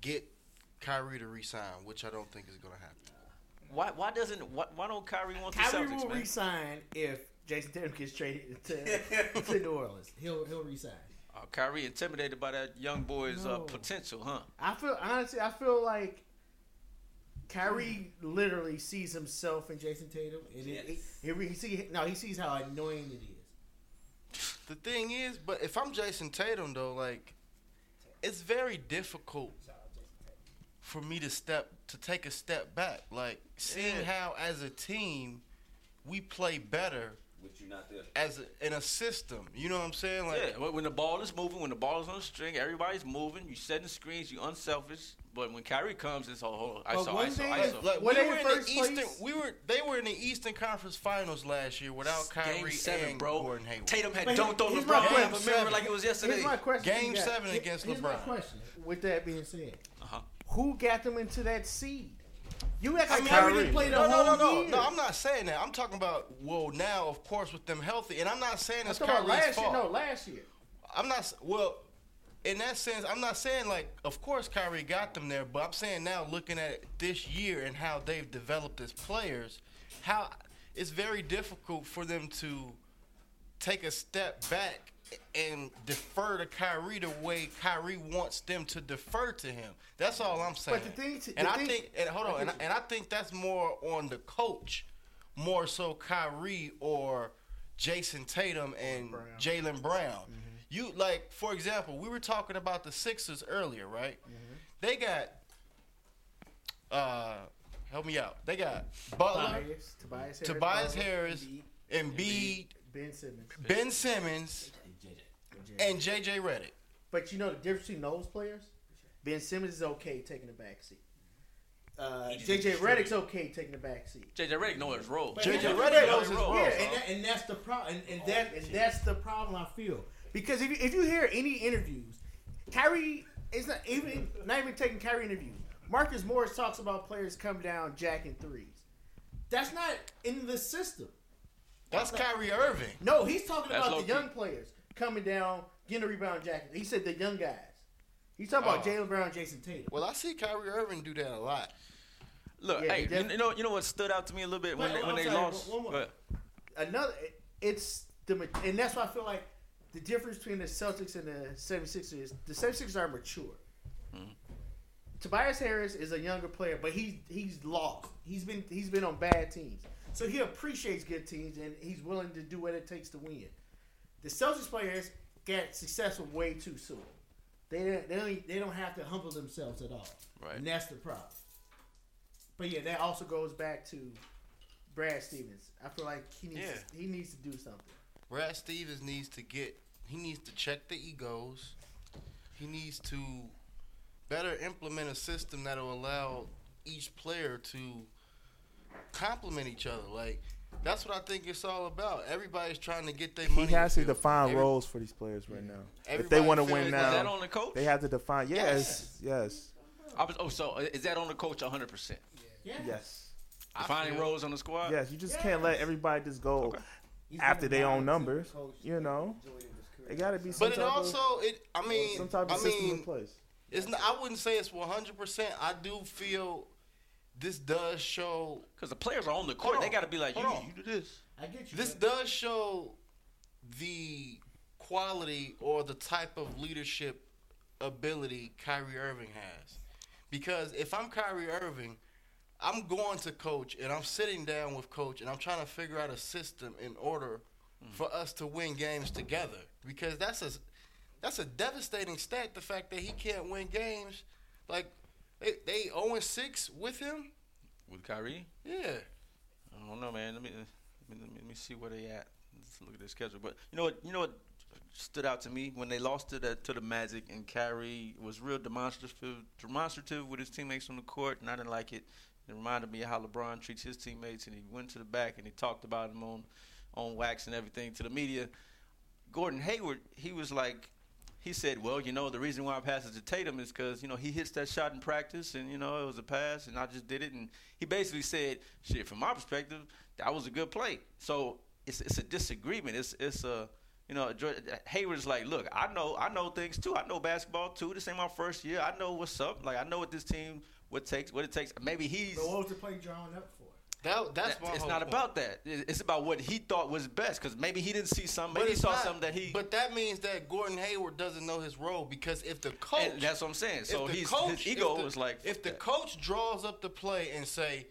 Speaker 5: get Kyrie to resign, which I don't think is going to happen.
Speaker 3: why why doesn't why, why don't Kyrie want the
Speaker 4: Kyrie
Speaker 3: Celtics,
Speaker 4: will
Speaker 3: man?
Speaker 4: resign if Jason Tatum gets traded [LAUGHS]
Speaker 5: [LAUGHS]
Speaker 4: to, to New Orleans. He'll he'll resign.
Speaker 3: Uh, Kyrie intimidated by that young boy's uh,
Speaker 4: No.
Speaker 3: potential, huh?
Speaker 4: I feel honestly. I feel like Kyrie
Speaker 5: Hmm.
Speaker 4: literally sees himself in Jason Tatum, and it, it,
Speaker 8: Yes.
Speaker 4: he, re- he see no, he sees how annoying it is.
Speaker 5: The thing is, but if I'm Jason Tatum, though, like, it's very difficult for me to step to take a step back. Like seeing how as a team we play better
Speaker 8: With you not there.
Speaker 5: as a, in a system. You know what I'm saying? Like
Speaker 3: Yeah, when when the ball is moving, when the ball is on the string, everybody's moving. You setting screens, you unselfish. But when Kyrie comes, it's all hold. I
Speaker 4: But
Speaker 3: saw, I
Speaker 4: one
Speaker 3: saw,
Speaker 4: thing
Speaker 3: I
Speaker 4: is-
Speaker 3: saw.
Speaker 5: Like
Speaker 4: Were
Speaker 5: we
Speaker 4: they
Speaker 5: were
Speaker 4: in
Speaker 5: in the
Speaker 4: first
Speaker 5: Eastern,
Speaker 4: place?
Speaker 5: we were they were in the Eastern Conference Finals last year without Kyrie
Speaker 3: Game seven,
Speaker 5: and
Speaker 3: bro.
Speaker 5: Gordon Hayward.
Speaker 3: Tatum had
Speaker 4: But
Speaker 3: dunked on
Speaker 4: here's my
Speaker 3: LeBron. I
Speaker 5: question.
Speaker 3: remember like it was yesterday.
Speaker 4: Here's my question.
Speaker 5: Game
Speaker 4: you guys.
Speaker 5: seven
Speaker 4: Here-
Speaker 5: against
Speaker 4: here's my
Speaker 5: LeBron.
Speaker 4: question. With that being said,
Speaker 3: Uh-huh.
Speaker 4: who got them into that seed? You act
Speaker 5: I
Speaker 4: like
Speaker 5: mean,
Speaker 4: Kyrie
Speaker 5: Kyrie.
Speaker 4: didn't play the
Speaker 5: No, no,
Speaker 4: whole
Speaker 5: no, no,
Speaker 4: year.
Speaker 5: no. I'm not saying that. I'm talking about well now, of course, with them healthy, and I'm not saying
Speaker 4: I'm
Speaker 5: it's
Speaker 4: talking about
Speaker 5: Kyrie's
Speaker 4: last year.
Speaker 5: fault.
Speaker 4: No, last year.
Speaker 5: I'm not s- well. In that sense, I'm not saying like, of course, Kyrie got them there, but I'm saying now, looking at this year and how they've developed as players, how it's very difficult for them to take a step back and defer to Kyrie the way Kyrie wants them to defer to him. That's all I'm saying.
Speaker 4: the thing to-
Speaker 5: and
Speaker 4: the
Speaker 5: I
Speaker 4: thing-
Speaker 5: think, and hold on, and I, and I think that's more on the coach, more so Kyrie or Jason Tatum and Jalen Brown.
Speaker 4: Mm-hmm.
Speaker 5: You like, for example, we were talking about the Sixers earlier, right?
Speaker 4: Mm-hmm.
Speaker 5: They got, uh, help me out. They got Butler,
Speaker 4: Tobias, Tobias, Harris,
Speaker 5: Tobias
Speaker 4: Butler,
Speaker 5: Harris, Embiid,
Speaker 4: Ben Simmons.
Speaker 5: Ben Simmons, and JJ Reddick.
Speaker 4: But you know the difference between those players. Ben Simmons is okay taking the back seat. Uh,
Speaker 8: He just
Speaker 4: JJ
Speaker 8: distribute.
Speaker 4: Redick's okay taking the back seat.
Speaker 3: JJ Redick knows his role.
Speaker 5: JJ
Speaker 3: He
Speaker 5: Redick
Speaker 3: his
Speaker 5: knows his
Speaker 3: role,
Speaker 5: role,
Speaker 4: Yeah,
Speaker 3: bro.
Speaker 4: and, that, and that's the problem, and, and that and that's the problem I feel because if you, if you hear any interviews, Kyrie is not even not even taking Kyrie interviews. Marcus Morris talks about players come down jacking threes. That's not in the system.
Speaker 5: That's Kyrie Irving.
Speaker 4: No, he's talking
Speaker 3: That's
Speaker 4: about
Speaker 3: low-key.
Speaker 4: the young players coming down, getting a rebound, jacking. He said the young guys. He's talking about
Speaker 5: Oh.
Speaker 4: Jalen Brown, Jason Tatum.
Speaker 5: Well, I see Kyrie Irving do that a lot.
Speaker 3: Look,
Speaker 4: Yeah, he
Speaker 3: hey, you,
Speaker 4: definitely-
Speaker 3: you know, you know what stood out to me a little bit when
Speaker 4: Wait,
Speaker 3: they,
Speaker 4: I'm
Speaker 3: when they
Speaker 4: sorry,
Speaker 3: lost.
Speaker 4: one more.
Speaker 3: But
Speaker 4: another it's the ma- and that's why I feel like the difference between the Celtics and the 76ers the 76ers are mature. Tobias Harris is a younger player, but he's he's lost. He's been he's been on bad teams. So he appreciates good teams and he's willing to do what it takes to win. The Celtics players get successful way too soon. They don't, they don't they don't have to humble themselves at all.
Speaker 3: Right.
Speaker 4: And that's the problem. But yeah, that also goes back to Brad Stevens. I feel like he needs
Speaker 3: Yeah.
Speaker 4: he needs to do something.
Speaker 5: Brad Stevens needs to get. He needs to check the egos. He needs to better implement a system that'll allow each player to complement each other. Like that's what I think it's all about. Everybody's trying to get their money.
Speaker 7: He has to
Speaker 5: filled.
Speaker 7: define
Speaker 5: Every-
Speaker 7: roles for these players right now. if they
Speaker 5: Everybody
Speaker 7: want to
Speaker 5: feels
Speaker 7: win
Speaker 5: like
Speaker 3: is that
Speaker 7: now,
Speaker 3: on the coach?
Speaker 7: they have to define.
Speaker 5: Yes.
Speaker 7: Yes, yes.
Speaker 3: I was, oh, so uh, is that on the coach 100? percent
Speaker 6: Yeah.
Speaker 7: Yes.
Speaker 3: Finding roles on the
Speaker 5: Uh,
Speaker 3: squad.
Speaker 7: Yes. You just can't let everybody just go.
Speaker 6: He's
Speaker 7: After
Speaker 6: been a
Speaker 7: they own
Speaker 6: model
Speaker 7: numbers,
Speaker 6: super coach
Speaker 7: you know.
Speaker 6: during his career.
Speaker 7: They gotta be some
Speaker 5: But it
Speaker 7: type of-
Speaker 5: also it. I mean,
Speaker 7: some type of
Speaker 5: I
Speaker 7: system in
Speaker 5: mean,
Speaker 7: place.
Speaker 5: it's not, I wouldn't say it's one hundred percent. I do feel this does show.
Speaker 3: Because the players are on the court.
Speaker 5: Hold
Speaker 3: They
Speaker 5: on.
Speaker 3: got to be like, you,
Speaker 5: Hold on.
Speaker 3: you do this.
Speaker 6: I get you.
Speaker 5: This
Speaker 6: but
Speaker 5: does show the quality or the type of leadership ability Kyrie Irving has. Because if I'm Kyrie Irving, I'm going to coach and I'm sitting down with coach and I'm trying to figure out a system in order for us to win games together. Because that's a that's a devastating stat. The fact that he can't win games, like they they zero six with him.
Speaker 3: With Kyrie?
Speaker 5: Yeah,
Speaker 3: I don't know, man. Let me let me, let me see where they at. Let's look at their schedule. But you know what? You know what stood out to me when they lost to the to the Magic and Kyrie was real demonstrative demonstrative with his teammates on the court, and I didn't like it. It reminded me of how LeBron treats his teammates, and he went to the back and he talked about him on on wax and everything to the media. Gordon Hayward, he was like, he said, well, you know, the reason why I pass it to Tatum is because, you know, he hits that shot in practice and, you know, it was a pass and I just did it. And he basically said, shit, from my perspective, that was a good play. So it's, it's a disagreement. It's, it's a, you know, Dr- Hayward's like, look, I know, I know things too. I know basketball too. This ain't my first year. I know what's up. Like, I know what this team, what takes, what it takes. Maybe he's,
Speaker 4: But what was the play drawn up for?
Speaker 5: that that's my
Speaker 3: it's
Speaker 5: whole
Speaker 3: not
Speaker 5: point.
Speaker 3: about that. It- It's about what he thought was best because maybe he didn't see something. Maybe he
Speaker 5: it's
Speaker 3: saw
Speaker 5: not-
Speaker 3: something that he.
Speaker 5: But that means that Gordon Hayward doesn't know his role because if the coach,
Speaker 3: And that's what I'm saying.
Speaker 5: if
Speaker 3: So
Speaker 5: the
Speaker 3: he's,
Speaker 5: coach-
Speaker 3: his ego
Speaker 5: if the-
Speaker 3: was like,
Speaker 5: if the
Speaker 3: "Fuck that."
Speaker 5: coach draws up the play and say,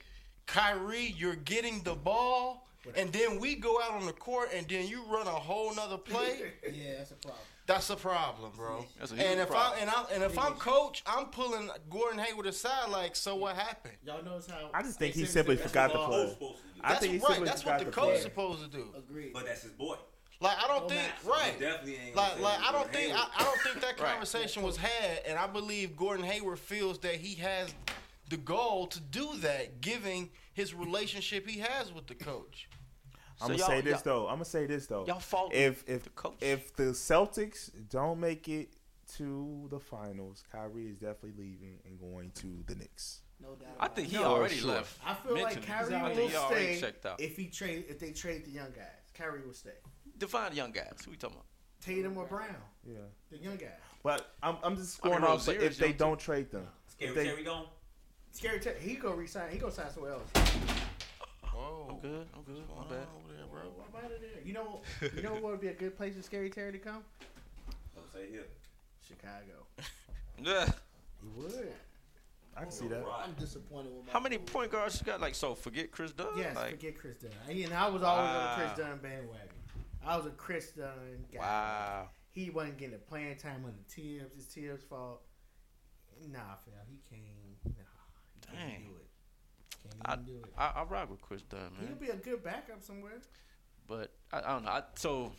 Speaker 5: Kyrie, you're getting the ball, and then we go out on the court and then you run a whole nother play.
Speaker 7: [LAUGHS]
Speaker 6: Yeah, that's a problem.
Speaker 5: That's a problem, bro.
Speaker 3: That's a huge
Speaker 5: and if
Speaker 3: problem.
Speaker 5: I and I and if I'm coach, I'm pulling Gordon Hayward aside. Like, so what happened?
Speaker 4: Y'all notice how
Speaker 7: I just think
Speaker 4: they
Speaker 7: he
Speaker 4: sent
Speaker 7: simply
Speaker 4: the
Speaker 7: forgot the
Speaker 4: basketball-
Speaker 7: play.
Speaker 8: Coach supposed to do.
Speaker 7: I
Speaker 5: That's
Speaker 7: think he
Speaker 5: right.
Speaker 7: simple's
Speaker 5: That's
Speaker 7: got
Speaker 5: what the
Speaker 7: the
Speaker 5: coach's
Speaker 7: play.
Speaker 5: supposed to do.
Speaker 6: Agreed.
Speaker 8: But that's his boy.
Speaker 5: Like, I don't
Speaker 6: No
Speaker 5: think
Speaker 6: matter.
Speaker 5: right.
Speaker 8: He definitely ain't gonna
Speaker 5: Like,
Speaker 8: say
Speaker 5: like
Speaker 8: he's
Speaker 5: I don't
Speaker 8: gonna
Speaker 5: think
Speaker 8: hang
Speaker 5: I,
Speaker 8: with
Speaker 5: I don't think that
Speaker 3: Right.
Speaker 5: conversation was had, and I believe Gordon Hayward feels that he has the goal to do that, given his relationship he has with the coach.
Speaker 3: So
Speaker 7: I'm gonna
Speaker 3: y'all-
Speaker 7: say this
Speaker 3: y'all-
Speaker 7: though. I'm gonna say this though.
Speaker 3: y'all fault
Speaker 7: if if
Speaker 3: the coach.
Speaker 7: if the Celtics don't make it to the finals, Kyrie is definitely leaving and going to the Knicks.
Speaker 6: No doubt.
Speaker 3: I
Speaker 6: about
Speaker 3: think he
Speaker 6: it.
Speaker 3: already
Speaker 7: sure.
Speaker 3: left.
Speaker 4: I feel like
Speaker 3: mentally.
Speaker 4: Kyrie
Speaker 3: I
Speaker 4: will
Speaker 3: think he already
Speaker 4: stay
Speaker 3: checked out.
Speaker 4: if he trade if they trade the young guys. Kyrie will stay.
Speaker 3: Define young guys. Who we talking about?
Speaker 4: Tatum or Brown,
Speaker 7: Yeah,
Speaker 4: the young guys.
Speaker 7: but I'm I'm just going
Speaker 3: mean,
Speaker 7: off. But
Speaker 3: Rozier's
Speaker 7: if they
Speaker 3: young, too.
Speaker 7: don't trade them,
Speaker 8: Scary
Speaker 7: if they,
Speaker 8: Terry gone.
Speaker 4: Scary Ted, he go resign. He go sign somewhere else.
Speaker 5: Whoa,
Speaker 3: I'm good. I'm good. My bad.
Speaker 4: Well, I'm outta there. You know, you know what would be a good place for Scary Terry to come?
Speaker 8: Don't say here.
Speaker 4: Chicago.
Speaker 3: Yeah.
Speaker 4: He would.
Speaker 7: I can see that.
Speaker 8: Right.
Speaker 6: I'm disappointed with my.
Speaker 3: How many point guards you got? Like so, forget Chris Dunn.
Speaker 4: Yes,
Speaker 3: like,
Speaker 4: forget Chris Dunn. I- And I was always on the
Speaker 3: Wow.
Speaker 4: Chris Dunn bandwagon. I was a Chris Dunn guy.
Speaker 3: wow.
Speaker 4: He wasn't getting the playing time on the Tibbs. It's Tibbs' fault. Nah, fam. He can't. Nah, he
Speaker 3: Dang.
Speaker 4: can't do it. Can't even do it.
Speaker 3: I, Mm. I rock with Chris Dunn,
Speaker 4: He'll
Speaker 3: man.
Speaker 4: be a good backup somewhere.
Speaker 3: But I, I don't know. I, so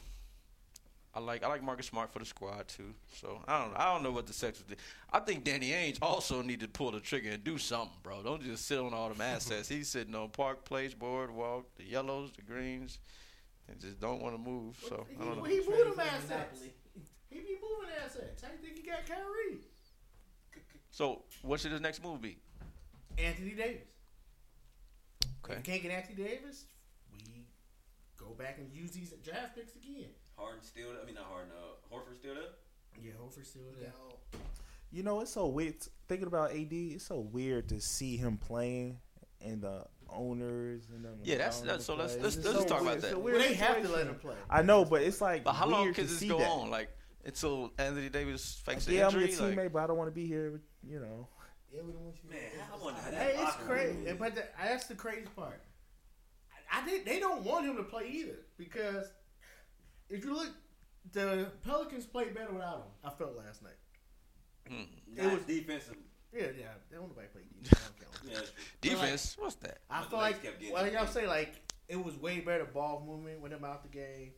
Speaker 3: I like I like Marcus Smart for the squad too. So I don't I don't know what the Sixers did. I think Danny Ainge also need to pull the trigger and do something, bro. Don't just sit on all
Speaker 7: [LAUGHS]
Speaker 3: them assets. He's sitting on Park Place, Boardwalk, the yellows, the greens, and just don't want to move. So
Speaker 4: He,
Speaker 3: I don't know.
Speaker 4: he moved them
Speaker 6: Monopoly.
Speaker 4: assets. [LAUGHS] He be moving assets. How you think he got Kyrie?
Speaker 3: So what should his next move be?
Speaker 4: Anthony Davis.
Speaker 3: Okay.
Speaker 4: If you can't get Anthony Davis, we go back and use these draft picks again.
Speaker 8: Harden still there. I mean, not Harden. Uh, Horford still there.
Speaker 4: Yeah, Hofer still
Speaker 6: Yeah.
Speaker 4: there.
Speaker 7: You know, it's so weird thinking about AD. It's so weird to see him playing and the owners and them.
Speaker 3: Yeah, that's-
Speaker 7: allowing
Speaker 3: that's-
Speaker 7: him to
Speaker 3: so let's-
Speaker 7: play.
Speaker 3: let's-
Speaker 7: It's
Speaker 3: let's
Speaker 7: so
Speaker 3: just talk about
Speaker 7: weird. It's
Speaker 3: that.
Speaker 7: a
Speaker 4: Well,
Speaker 7: weird
Speaker 4: they have to
Speaker 7: situation.
Speaker 4: let him play.
Speaker 7: I know, but it's like
Speaker 3: But how long
Speaker 7: weird
Speaker 3: can
Speaker 7: to
Speaker 3: this
Speaker 7: see
Speaker 3: go
Speaker 7: that.
Speaker 3: on? Like until Anthony Davis fakes an
Speaker 7: Yeah, I'm your
Speaker 3: injury.
Speaker 7: teammate,
Speaker 3: like,
Speaker 7: but I don't want to be here. With, you know,
Speaker 6: Yeah, we don't want you.
Speaker 8: Man, I wonder how that
Speaker 4: Hey, it's
Speaker 8: locker room
Speaker 4: crazy.
Speaker 8: is.
Speaker 4: But the, that's the crazy part. I, I did, they don't want him to play either because if you look, the Pelicans played better without him. I felt last night.
Speaker 8: Not
Speaker 4: was-
Speaker 8: defensive.
Speaker 4: Yeah, yeah. They don't nobody play defense. I don't care.
Speaker 8: Yeah, that's true.
Speaker 3: defense. what's that?
Speaker 4: I
Speaker 8: But
Speaker 4: feel
Speaker 8: legs
Speaker 4: like,
Speaker 8: kept getting
Speaker 4: well, like I'm
Speaker 8: beat.
Speaker 4: saying, like it was way better ball movement with him out the game.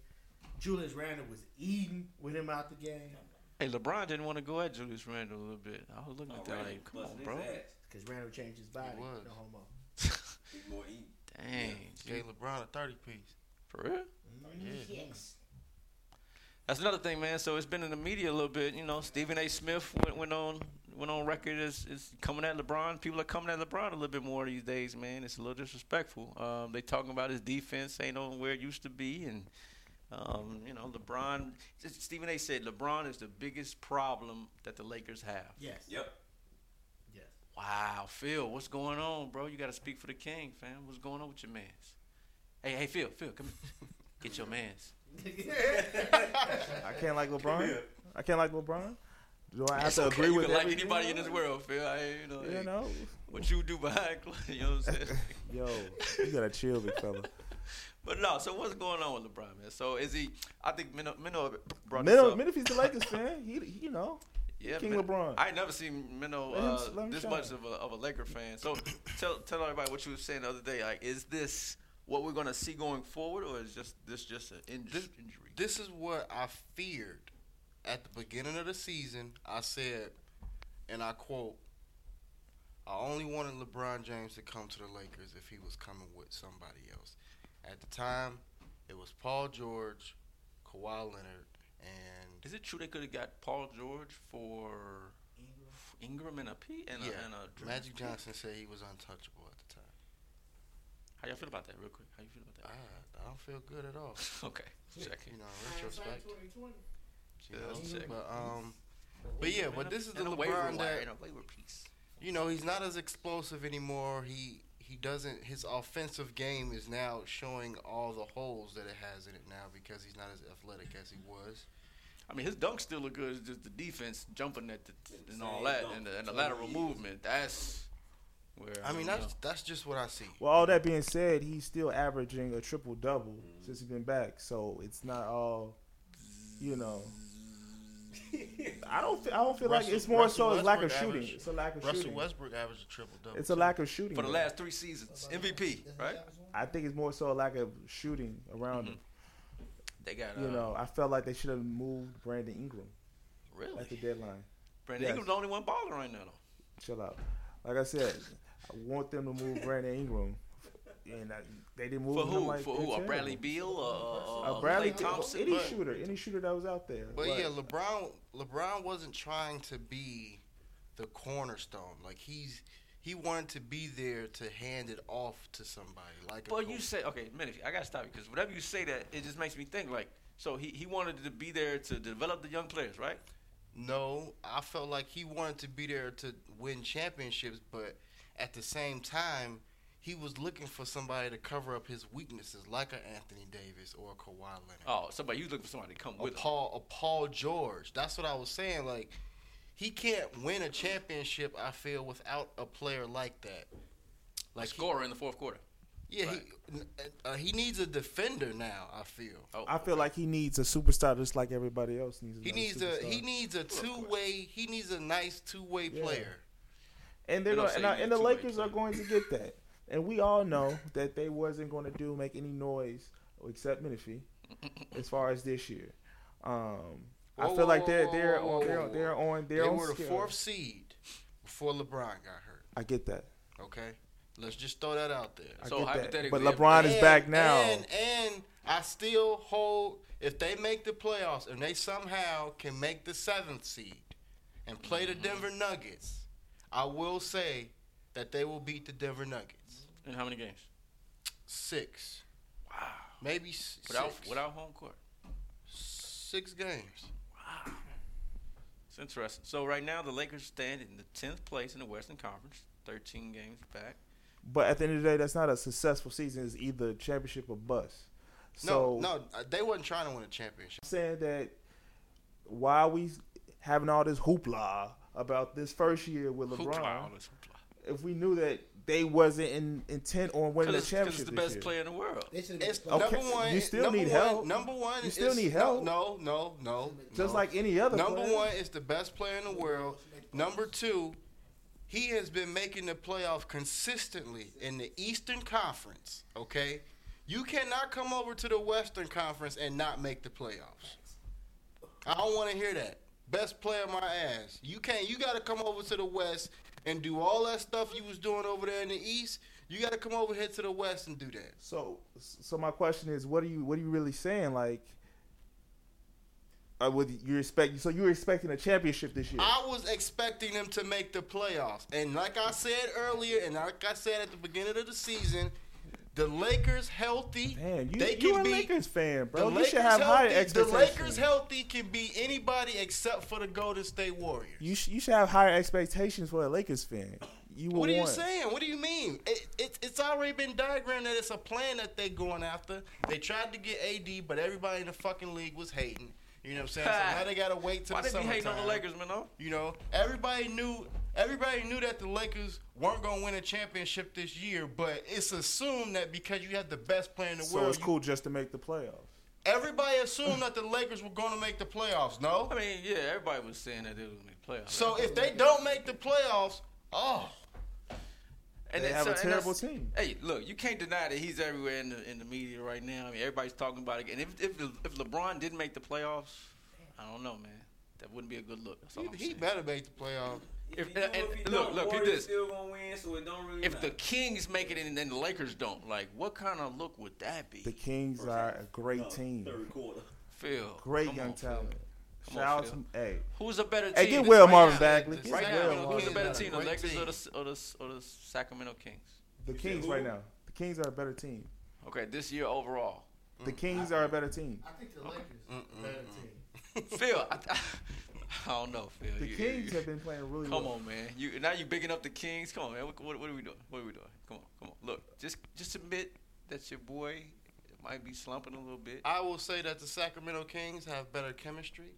Speaker 4: Julius Randle was eating with him out the game
Speaker 3: Hey, LeBron didn't want to go at Julius Randle a little bit. I was looking
Speaker 8: Oh,
Speaker 3: at that
Speaker 8: Randall
Speaker 3: like, come
Speaker 8: busting
Speaker 3: on,
Speaker 8: his
Speaker 3: bro.
Speaker 8: ass.
Speaker 4: because Randle changed his body.
Speaker 5: He was.
Speaker 4: No homo.
Speaker 8: Big boy, he-
Speaker 3: Dang,
Speaker 5: Jay
Speaker 3: G,
Speaker 5: LeBron a thirty piece.
Speaker 3: for real?
Speaker 4: Mm-hmm.
Speaker 5: Yeah.
Speaker 3: That's another thing, man. So it's been in the media a little bit. You know, Stephen A. Smith went, went on went on record as, as coming at LeBron. People are coming at LeBron a little bit more these days, man. It's a little disrespectful. Um, they talking about his defense ain't on where it used to be, and um, you know LeBron. Stephen A. said LeBron is the biggest problem that the Lakers have.
Speaker 4: Yes.
Speaker 8: Yep.
Speaker 4: Yes.
Speaker 3: Wow, Phil, what's going on, bro? You got to speak for the king, fam. What's going on with your mans? Hey, hey, Phil, Phil, come here. get your mans.
Speaker 7: I can't like LeBron. I can't like LeBron. Do I have
Speaker 3: It's
Speaker 7: to
Speaker 3: okay.
Speaker 7: agree
Speaker 3: you
Speaker 7: with
Speaker 3: can like
Speaker 7: everything?
Speaker 3: anybody in this world, Phil. I, you know,
Speaker 7: You
Speaker 3: hey,
Speaker 7: know,
Speaker 3: what you do behind, [LAUGHS] closed- you know what I'm
Speaker 7: [LAUGHS]
Speaker 3: saying?
Speaker 7: yo, you gotta chill, big fella.
Speaker 3: but no, so what's going on with LeBron, man? So is he? I think Mino, Mino brought this
Speaker 7: Mino,
Speaker 3: up.
Speaker 7: Mino, if he's the Lakers fan, he, he you know,
Speaker 3: yeah,
Speaker 7: King
Speaker 3: Mino-
Speaker 7: LeBron.
Speaker 3: I ain't never seen Mino
Speaker 7: Let him-
Speaker 3: uh,
Speaker 7: let him
Speaker 3: this
Speaker 7: shine.
Speaker 3: much of a, of a Laker fan. So tell tell everybody what you were saying the other day. Like, is this what we're gonna see going forward, or is just this just an inj-
Speaker 5: This-
Speaker 3: injury?
Speaker 5: This is what I feared at the beginning of the season. I said, and I quote, I only wanted LeBron James to come to the Lakers if he was coming with somebody else. At the time, it was Paul George, Kawhi Leonard, and
Speaker 3: Is it true they could have got Paul George for for Ingram and a P and a, and a
Speaker 5: yeah,
Speaker 3: Drew?
Speaker 5: Magic Johnson said he was untouchable at the time.
Speaker 3: How y'all feel about that, real quick? How you feel about that?
Speaker 5: I, I don't feel good at all.
Speaker 7: [LAUGHS]
Speaker 3: okay, check it.
Speaker 5: You know, in retrospect. You
Speaker 3: Yeah,
Speaker 5: know?
Speaker 3: I'm sick.
Speaker 5: But um, but yeah, but this is the
Speaker 3: And a waiver
Speaker 5: LeBron
Speaker 3: wire
Speaker 5: that
Speaker 3: and a waiver piece.
Speaker 5: you know he's not as explosive anymore. He he doesn't his offensive game is now showing all the holes that it has in it now because he's not as athletic as he was.
Speaker 3: I mean, his dunks still look good. It's just the defense jumping at the and all
Speaker 8: Insane
Speaker 3: that,
Speaker 8: dunk
Speaker 3: and the, and the
Speaker 8: for
Speaker 3: lateral
Speaker 8: years.
Speaker 3: movement. That's where
Speaker 5: I mean
Speaker 3: don't
Speaker 5: that's that's just what I see.
Speaker 7: Well, all that being said, he's still averaging a triple double since he's been back, so it's not all, you know. [LAUGHS] I don't. Feel, I don't feel like
Speaker 5: Russell-
Speaker 7: it's more
Speaker 5: Russell
Speaker 7: so it's lack of
Speaker 5: Westbrook
Speaker 7: shooting.
Speaker 5: averaged-
Speaker 7: It's a lack of
Speaker 5: Russell
Speaker 7: shooting.
Speaker 5: Westbrook averaged a triple double.
Speaker 7: It's a lack of shooting
Speaker 3: for the
Speaker 7: man.
Speaker 3: last three seasons. MVP, right?
Speaker 7: I think it's more so a lack of shooting around
Speaker 3: Mm-hmm.
Speaker 7: him.
Speaker 3: They got uh,
Speaker 7: You know, I felt like they should have moved Brandon Ingram at
Speaker 3: really.
Speaker 7: the deadline.
Speaker 3: Brandon
Speaker 7: yes.
Speaker 3: Ingram's the only one balling right now. Though.
Speaker 7: Chill out. Like I said, I want them to move Brandon Ingram, and I, they didn't move
Speaker 3: For
Speaker 7: him.
Speaker 3: who?
Speaker 7: like
Speaker 3: For
Speaker 7: they
Speaker 3: who? A
Speaker 7: should.
Speaker 3: Bradley Beal? A,
Speaker 7: A Bradley
Speaker 3: Klay Thompson?
Speaker 7: Any
Speaker 5: but-
Speaker 7: shooter, any shooter that was out there.
Speaker 5: But
Speaker 7: Like,
Speaker 5: yeah, LeBron LeBron wasn't trying to be the cornerstone. Like he's he wanted to be there to hand it off to somebody. Like a
Speaker 3: Well, you
Speaker 5: coach.
Speaker 3: say okay, minute. I gotta stop you because whatever you say that it just makes me think. Like, so he, he wanted to be there to develop the young players, right?
Speaker 5: No, I felt like he wanted to be there to win championships, but at the same time, he was looking for somebody to cover up his weaknesses, like a Anthony Davis or a Kawhi Leonard,
Speaker 3: Oh, somebody you looking for somebody to come
Speaker 5: a
Speaker 3: with him.
Speaker 5: Paul, a Paul George. That's what I was saying. Like, he can't win a championship. I feel without a player like that.
Speaker 3: like scorer in the fourth quarter.
Speaker 5: Yeah, he, uh, he needs a defender now. I feel
Speaker 3: Oh,
Speaker 7: I feel like he needs a superstar just like everybody else needs.
Speaker 5: he
Speaker 7: another
Speaker 5: needs a
Speaker 7: superstar.
Speaker 5: he needs a two way. He needs a nice two way
Speaker 7: Yeah.
Speaker 5: player.
Speaker 7: and
Speaker 3: They don't
Speaker 7: they're gonna, and,
Speaker 3: say
Speaker 7: I-
Speaker 3: you
Speaker 7: and the
Speaker 3: need two-way
Speaker 7: Lakers are
Speaker 3: players.
Speaker 7: going to
Speaker 5: [LAUGHS]
Speaker 7: get that. And we all know that they wasn't going to do make any noise except Menifee as far as this year. Um, I
Speaker 5: Whoa,
Speaker 7: feel like
Speaker 5: whoa,
Speaker 7: they're
Speaker 5: whoa,
Speaker 7: they're
Speaker 5: whoa, whoa,
Speaker 7: they're
Speaker 5: whoa.
Speaker 7: they're on
Speaker 5: They
Speaker 7: their own
Speaker 5: were the
Speaker 7: scale.
Speaker 5: fourth seed before LeBron got hurt.
Speaker 7: I get that.
Speaker 5: Okay, let's just throw that out there.
Speaker 7: I
Speaker 3: So
Speaker 7: get that. But
Speaker 3: hypothetically, if-
Speaker 7: LeBron is
Speaker 5: And-
Speaker 7: back now.
Speaker 5: and and I still hold if they make the playoffs and they somehow can make the seventh seed and play
Speaker 7: Mm-hmm.
Speaker 5: the Denver Nuggets, I will say that they will beat the Denver Nuggets
Speaker 3: in how many games?
Speaker 5: six,
Speaker 3: Wow.
Speaker 5: maybe s-
Speaker 3: Without
Speaker 5: six,
Speaker 3: without home court.
Speaker 5: six games.
Speaker 3: It's interesting. So right now the Lakers stand in the tenth place in the Western Conference, thirteen games back.
Speaker 7: but at the end of the day, that's not a successful season. It's either championship or bust. So
Speaker 5: No, no, uh, they wasn't trying to win a championship.
Speaker 7: I'm saying that why are we having all this hoopla about this first year with LeBron?
Speaker 3: Oh,
Speaker 7: if we knew that they wasn't in, intent on winning the
Speaker 3: Because it's,
Speaker 7: championship
Speaker 3: the
Speaker 7: this
Speaker 3: best
Speaker 7: year.
Speaker 3: player in the world.
Speaker 6: They should
Speaker 5: It's
Speaker 6: have
Speaker 7: Okay,
Speaker 5: number one.
Speaker 7: you still
Speaker 5: number
Speaker 7: need
Speaker 5: one-
Speaker 7: help.
Speaker 5: Number one.
Speaker 7: You still
Speaker 5: is-
Speaker 7: need
Speaker 5: no,
Speaker 7: help.
Speaker 5: No, no, no.
Speaker 7: Just
Speaker 5: no.
Speaker 7: like any other
Speaker 5: Number
Speaker 7: player.
Speaker 5: one is the best player in the world. Number two, he has been making the playoff consistently in the Eastern Conference. Okay, you cannot come over to the Western Conference and not make the playoffs. I don't want to hear that. Best player, my ass. You can't. You got to come over to the West and do all that stuff you was doing over there in the East. You got to come over here to the West and do that.
Speaker 7: So, so my question is, what are you, what are you really saying? Like, uh, with you expect so you were expecting a championship this year.
Speaker 5: I was expecting them to make the playoffs. And like I said earlier, and like I said at the beginning of the season, the Lakers healthy.
Speaker 7: Damn, you,
Speaker 5: they
Speaker 7: you
Speaker 5: can
Speaker 7: a
Speaker 5: be,
Speaker 7: Lakers fan, bro.
Speaker 5: the
Speaker 7: you
Speaker 5: Lakers
Speaker 7: should have higher
Speaker 5: healthy, The
Speaker 7: expectations.
Speaker 5: Lakers healthy can be anybody except for the Golden State Warriors.
Speaker 7: you, sh- you should have higher expectations for a Lakers fan. You would
Speaker 5: What are you
Speaker 7: want-
Speaker 5: saying? What do you mean? It, it, it's already been diagrammed that it's a plan that they going after. They tried to get AD, but everybody in the fucking league was hating. You know what I'm saying? So now they gotta wait till
Speaker 3: Why
Speaker 5: the
Speaker 3: they be
Speaker 5: summertime.
Speaker 3: hating on the Lakers, man? Oh, though?
Speaker 5: You know, everybody knew everybody knew that the Lakers weren't gonna win a championship this year, but it's assumed that because you have the best player in the
Speaker 7: So
Speaker 5: world,
Speaker 7: it's
Speaker 5: you-
Speaker 7: cool just to make the playoffs.
Speaker 5: everybody assumed that the Lakers were gonna make the playoffs. No,
Speaker 3: I mean, yeah, everybody was saying that they was gonna make the playoffs.
Speaker 5: so if they don't make the playoffs, oh,
Speaker 3: and
Speaker 7: They
Speaker 3: that-
Speaker 7: have
Speaker 3: so-
Speaker 7: a
Speaker 3: and
Speaker 7: terrible
Speaker 3: that's-
Speaker 7: team.
Speaker 3: Hey, look, you can't deny that he's everywhere in the in the media right now. I mean, everybody's talking about it. And if if, Le- if LeBron didn't make the playoffs, I don't know, man. That wouldn't be a good look. That's all
Speaker 5: he,
Speaker 3: I'm
Speaker 5: he
Speaker 3: saying.
Speaker 5: better make the playoffs.
Speaker 3: If-
Speaker 8: you know,
Speaker 3: and-
Speaker 8: he
Speaker 3: and look,
Speaker 8: don't,
Speaker 3: look, do
Speaker 8: Warriors
Speaker 3: this.
Speaker 8: Still gonna win, so it don't really
Speaker 3: If the
Speaker 8: matter.
Speaker 3: Kings make it and then the Lakers don't, like, what kind of look would that be?
Speaker 7: The Kings are a great
Speaker 8: No,
Speaker 7: team,
Speaker 3: [LAUGHS]
Speaker 8: Third quarter.
Speaker 3: Phil,
Speaker 7: great
Speaker 3: come
Speaker 7: young
Speaker 3: on, Phil.
Speaker 7: talent.
Speaker 3: Come on,
Speaker 7: Shout out
Speaker 3: Phil.
Speaker 7: to hey,
Speaker 3: Who's a better team?
Speaker 7: hey, get well,
Speaker 3: right
Speaker 7: Marvin
Speaker 3: now?
Speaker 7: Bagley. Get
Speaker 5: Right
Speaker 3: Right
Speaker 5: Yeah,
Speaker 3: now,
Speaker 5: well,
Speaker 3: you know,
Speaker 5: Marvin
Speaker 3: who's
Speaker 5: Bagley.
Speaker 3: the better
Speaker 5: He's
Speaker 3: team,
Speaker 5: not
Speaker 3: the
Speaker 5: a great
Speaker 3: Lakers
Speaker 5: team.
Speaker 3: or the, or, the, or the Sacramento Kings?
Speaker 7: the
Speaker 8: said
Speaker 7: Kings
Speaker 8: who?
Speaker 7: right now. The Kings are a better team.
Speaker 3: Okay, this year overall.
Speaker 7: The Kings are a better team.
Speaker 4: I think the Lakers are a better team.
Speaker 3: Phil, I, I, I don't know, Phil.
Speaker 7: The
Speaker 3: You- you-
Speaker 7: Kings
Speaker 3: you-
Speaker 7: have been playing really
Speaker 3: Come
Speaker 7: well.
Speaker 3: on, man. You now you bigging up the Kings. Come on, man. What, what, what are we doing? What are we doing? Come on, come on. Look, just just admit that your boy might be slumping a little bit.
Speaker 5: I will say that the Sacramento Kings have better chemistry.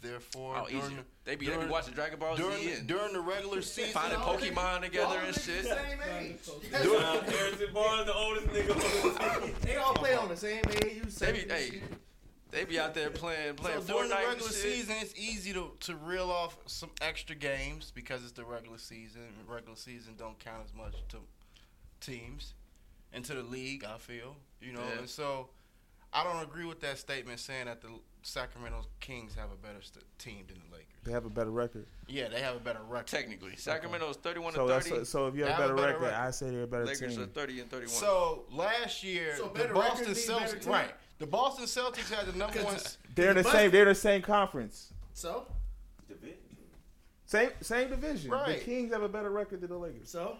Speaker 5: Therefore,
Speaker 3: Oh, easy.
Speaker 5: during, the-
Speaker 3: They be, they be
Speaker 5: during-
Speaker 3: watching Dragon Ball Z
Speaker 5: during,
Speaker 3: and
Speaker 5: during the regular season,
Speaker 3: finding Pokemon together and shit.
Speaker 8: John Harrison Barnes, the oldest nigga.
Speaker 4: They all play on the same AAU.
Speaker 3: They
Speaker 4: Same
Speaker 3: be hey, they be out there playing
Speaker 5: So
Speaker 3: playing
Speaker 5: during the
Speaker 3: Fortnite
Speaker 5: regular
Speaker 3: and shit.
Speaker 5: season, it's easy to, to reel off some extra games because it's the regular season. Regular season don't count as much to teams and to the league. I feel you know,
Speaker 3: Yeah.
Speaker 5: and so I don't agree with that statement saying that the Sacramento Kings have a better st- team than the Lakers.
Speaker 7: They have a better record.
Speaker 5: Yeah, they have a better record.
Speaker 3: Technically, Sacramento's thirty-one
Speaker 7: So
Speaker 3: to
Speaker 7: that's
Speaker 3: thirty.
Speaker 7: so if you
Speaker 5: They
Speaker 7: have a
Speaker 5: have
Speaker 7: better
Speaker 5: a better
Speaker 7: record,
Speaker 5: record.
Speaker 7: I say they're a better
Speaker 3: Lakers
Speaker 7: team.
Speaker 3: are thirty and thirty-one.
Speaker 5: So last year,
Speaker 4: So
Speaker 5: the
Speaker 4: better
Speaker 5: Boston
Speaker 4: record mean better
Speaker 5: Celtics,
Speaker 4: team.
Speaker 5: right? The Boston Celtics had the [LAUGHS] number one. s-
Speaker 7: They're the
Speaker 4: But-
Speaker 7: same. They're the same conference.
Speaker 4: So,
Speaker 7: Same same division.
Speaker 5: Right.
Speaker 7: The Kings have a better record than the Lakers.
Speaker 4: so,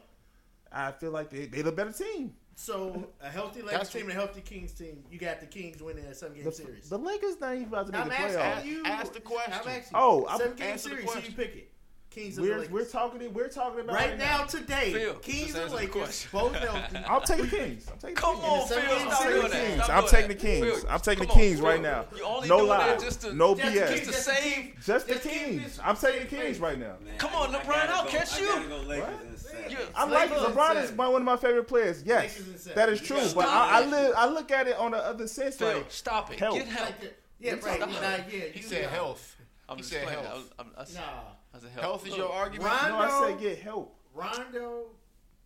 Speaker 7: I feel like they they the better team.
Speaker 4: so a healthy Lakers
Speaker 5: That's
Speaker 4: team and a healthy Kings team. You got the Kings winning a seven game
Speaker 7: The,
Speaker 4: series.
Speaker 7: the Lakers not even about to make
Speaker 4: I'm
Speaker 7: the
Speaker 4: asking
Speaker 7: playoffs.
Speaker 4: you.
Speaker 5: Ask the question.
Speaker 4: I'm asking
Speaker 7: Oh, I'm-
Speaker 4: seven game
Speaker 5: answer the
Speaker 4: series. Who you
Speaker 5: question.
Speaker 4: picking? Kings and the
Speaker 7: We're
Speaker 4: Lakers.
Speaker 7: we're talking we're talking about
Speaker 4: right now, today,
Speaker 3: Phil, just
Speaker 4: Kings and
Speaker 3: answer the
Speaker 4: Lakers
Speaker 3: question.
Speaker 4: both
Speaker 3: [LAUGHS]
Speaker 4: healthy.
Speaker 7: I'll take the Kings. I'm taking
Speaker 3: Come
Speaker 7: the
Speaker 3: on,
Speaker 7: Kings.
Speaker 3: Phil.
Speaker 4: Phil,
Speaker 3: Stop
Speaker 4: I'm
Speaker 3: doing
Speaker 4: taking
Speaker 3: that.
Speaker 7: Kings.
Speaker 3: Stop
Speaker 7: I'm
Speaker 3: doing
Speaker 7: taking the
Speaker 3: that.
Speaker 7: Kings.
Speaker 3: Phil,
Speaker 7: I'm taking the
Speaker 3: come on,
Speaker 7: Kings right
Speaker 3: Phil.
Speaker 7: now.
Speaker 3: You only
Speaker 7: No
Speaker 3: doing
Speaker 7: lie.
Speaker 3: that just to
Speaker 7: No
Speaker 4: Just the
Speaker 7: BS.
Speaker 3: just
Speaker 4: Kings,
Speaker 3: to save.
Speaker 7: Just the
Speaker 4: Just keep
Speaker 7: Kings.
Speaker 4: this-
Speaker 7: I'm taking the Kings right now.
Speaker 3: Come on, LeBron, I'll catch you.
Speaker 8: I gotta go Lakers in a second.
Speaker 3: You,
Speaker 7: I like
Speaker 4: Lakers and
Speaker 7: LeBron is
Speaker 4: seven.
Speaker 7: my, one of my favorite players. Yes,
Speaker 4: Lakers and seven.
Speaker 7: that is true. But I, I live. I look at it on the other sense.
Speaker 3: Phil,
Speaker 7: Like
Speaker 3: stop it.
Speaker 7: help.
Speaker 3: Get help.
Speaker 4: Yeah, right.
Speaker 3: talking
Speaker 4: Nah,
Speaker 3: about-
Speaker 4: yeah,
Speaker 5: He
Speaker 4: you
Speaker 5: said
Speaker 4: got-
Speaker 5: health.
Speaker 3: I'm
Speaker 5: He
Speaker 3: just
Speaker 5: said
Speaker 3: playing. I
Speaker 5: health.
Speaker 3: was- I'm- I was-
Speaker 4: Nah.
Speaker 3: I was a
Speaker 5: Health is your
Speaker 3: Look,
Speaker 5: argument.
Speaker 7: no, I say
Speaker 4: Rondo,
Speaker 7: get help.
Speaker 4: Rondo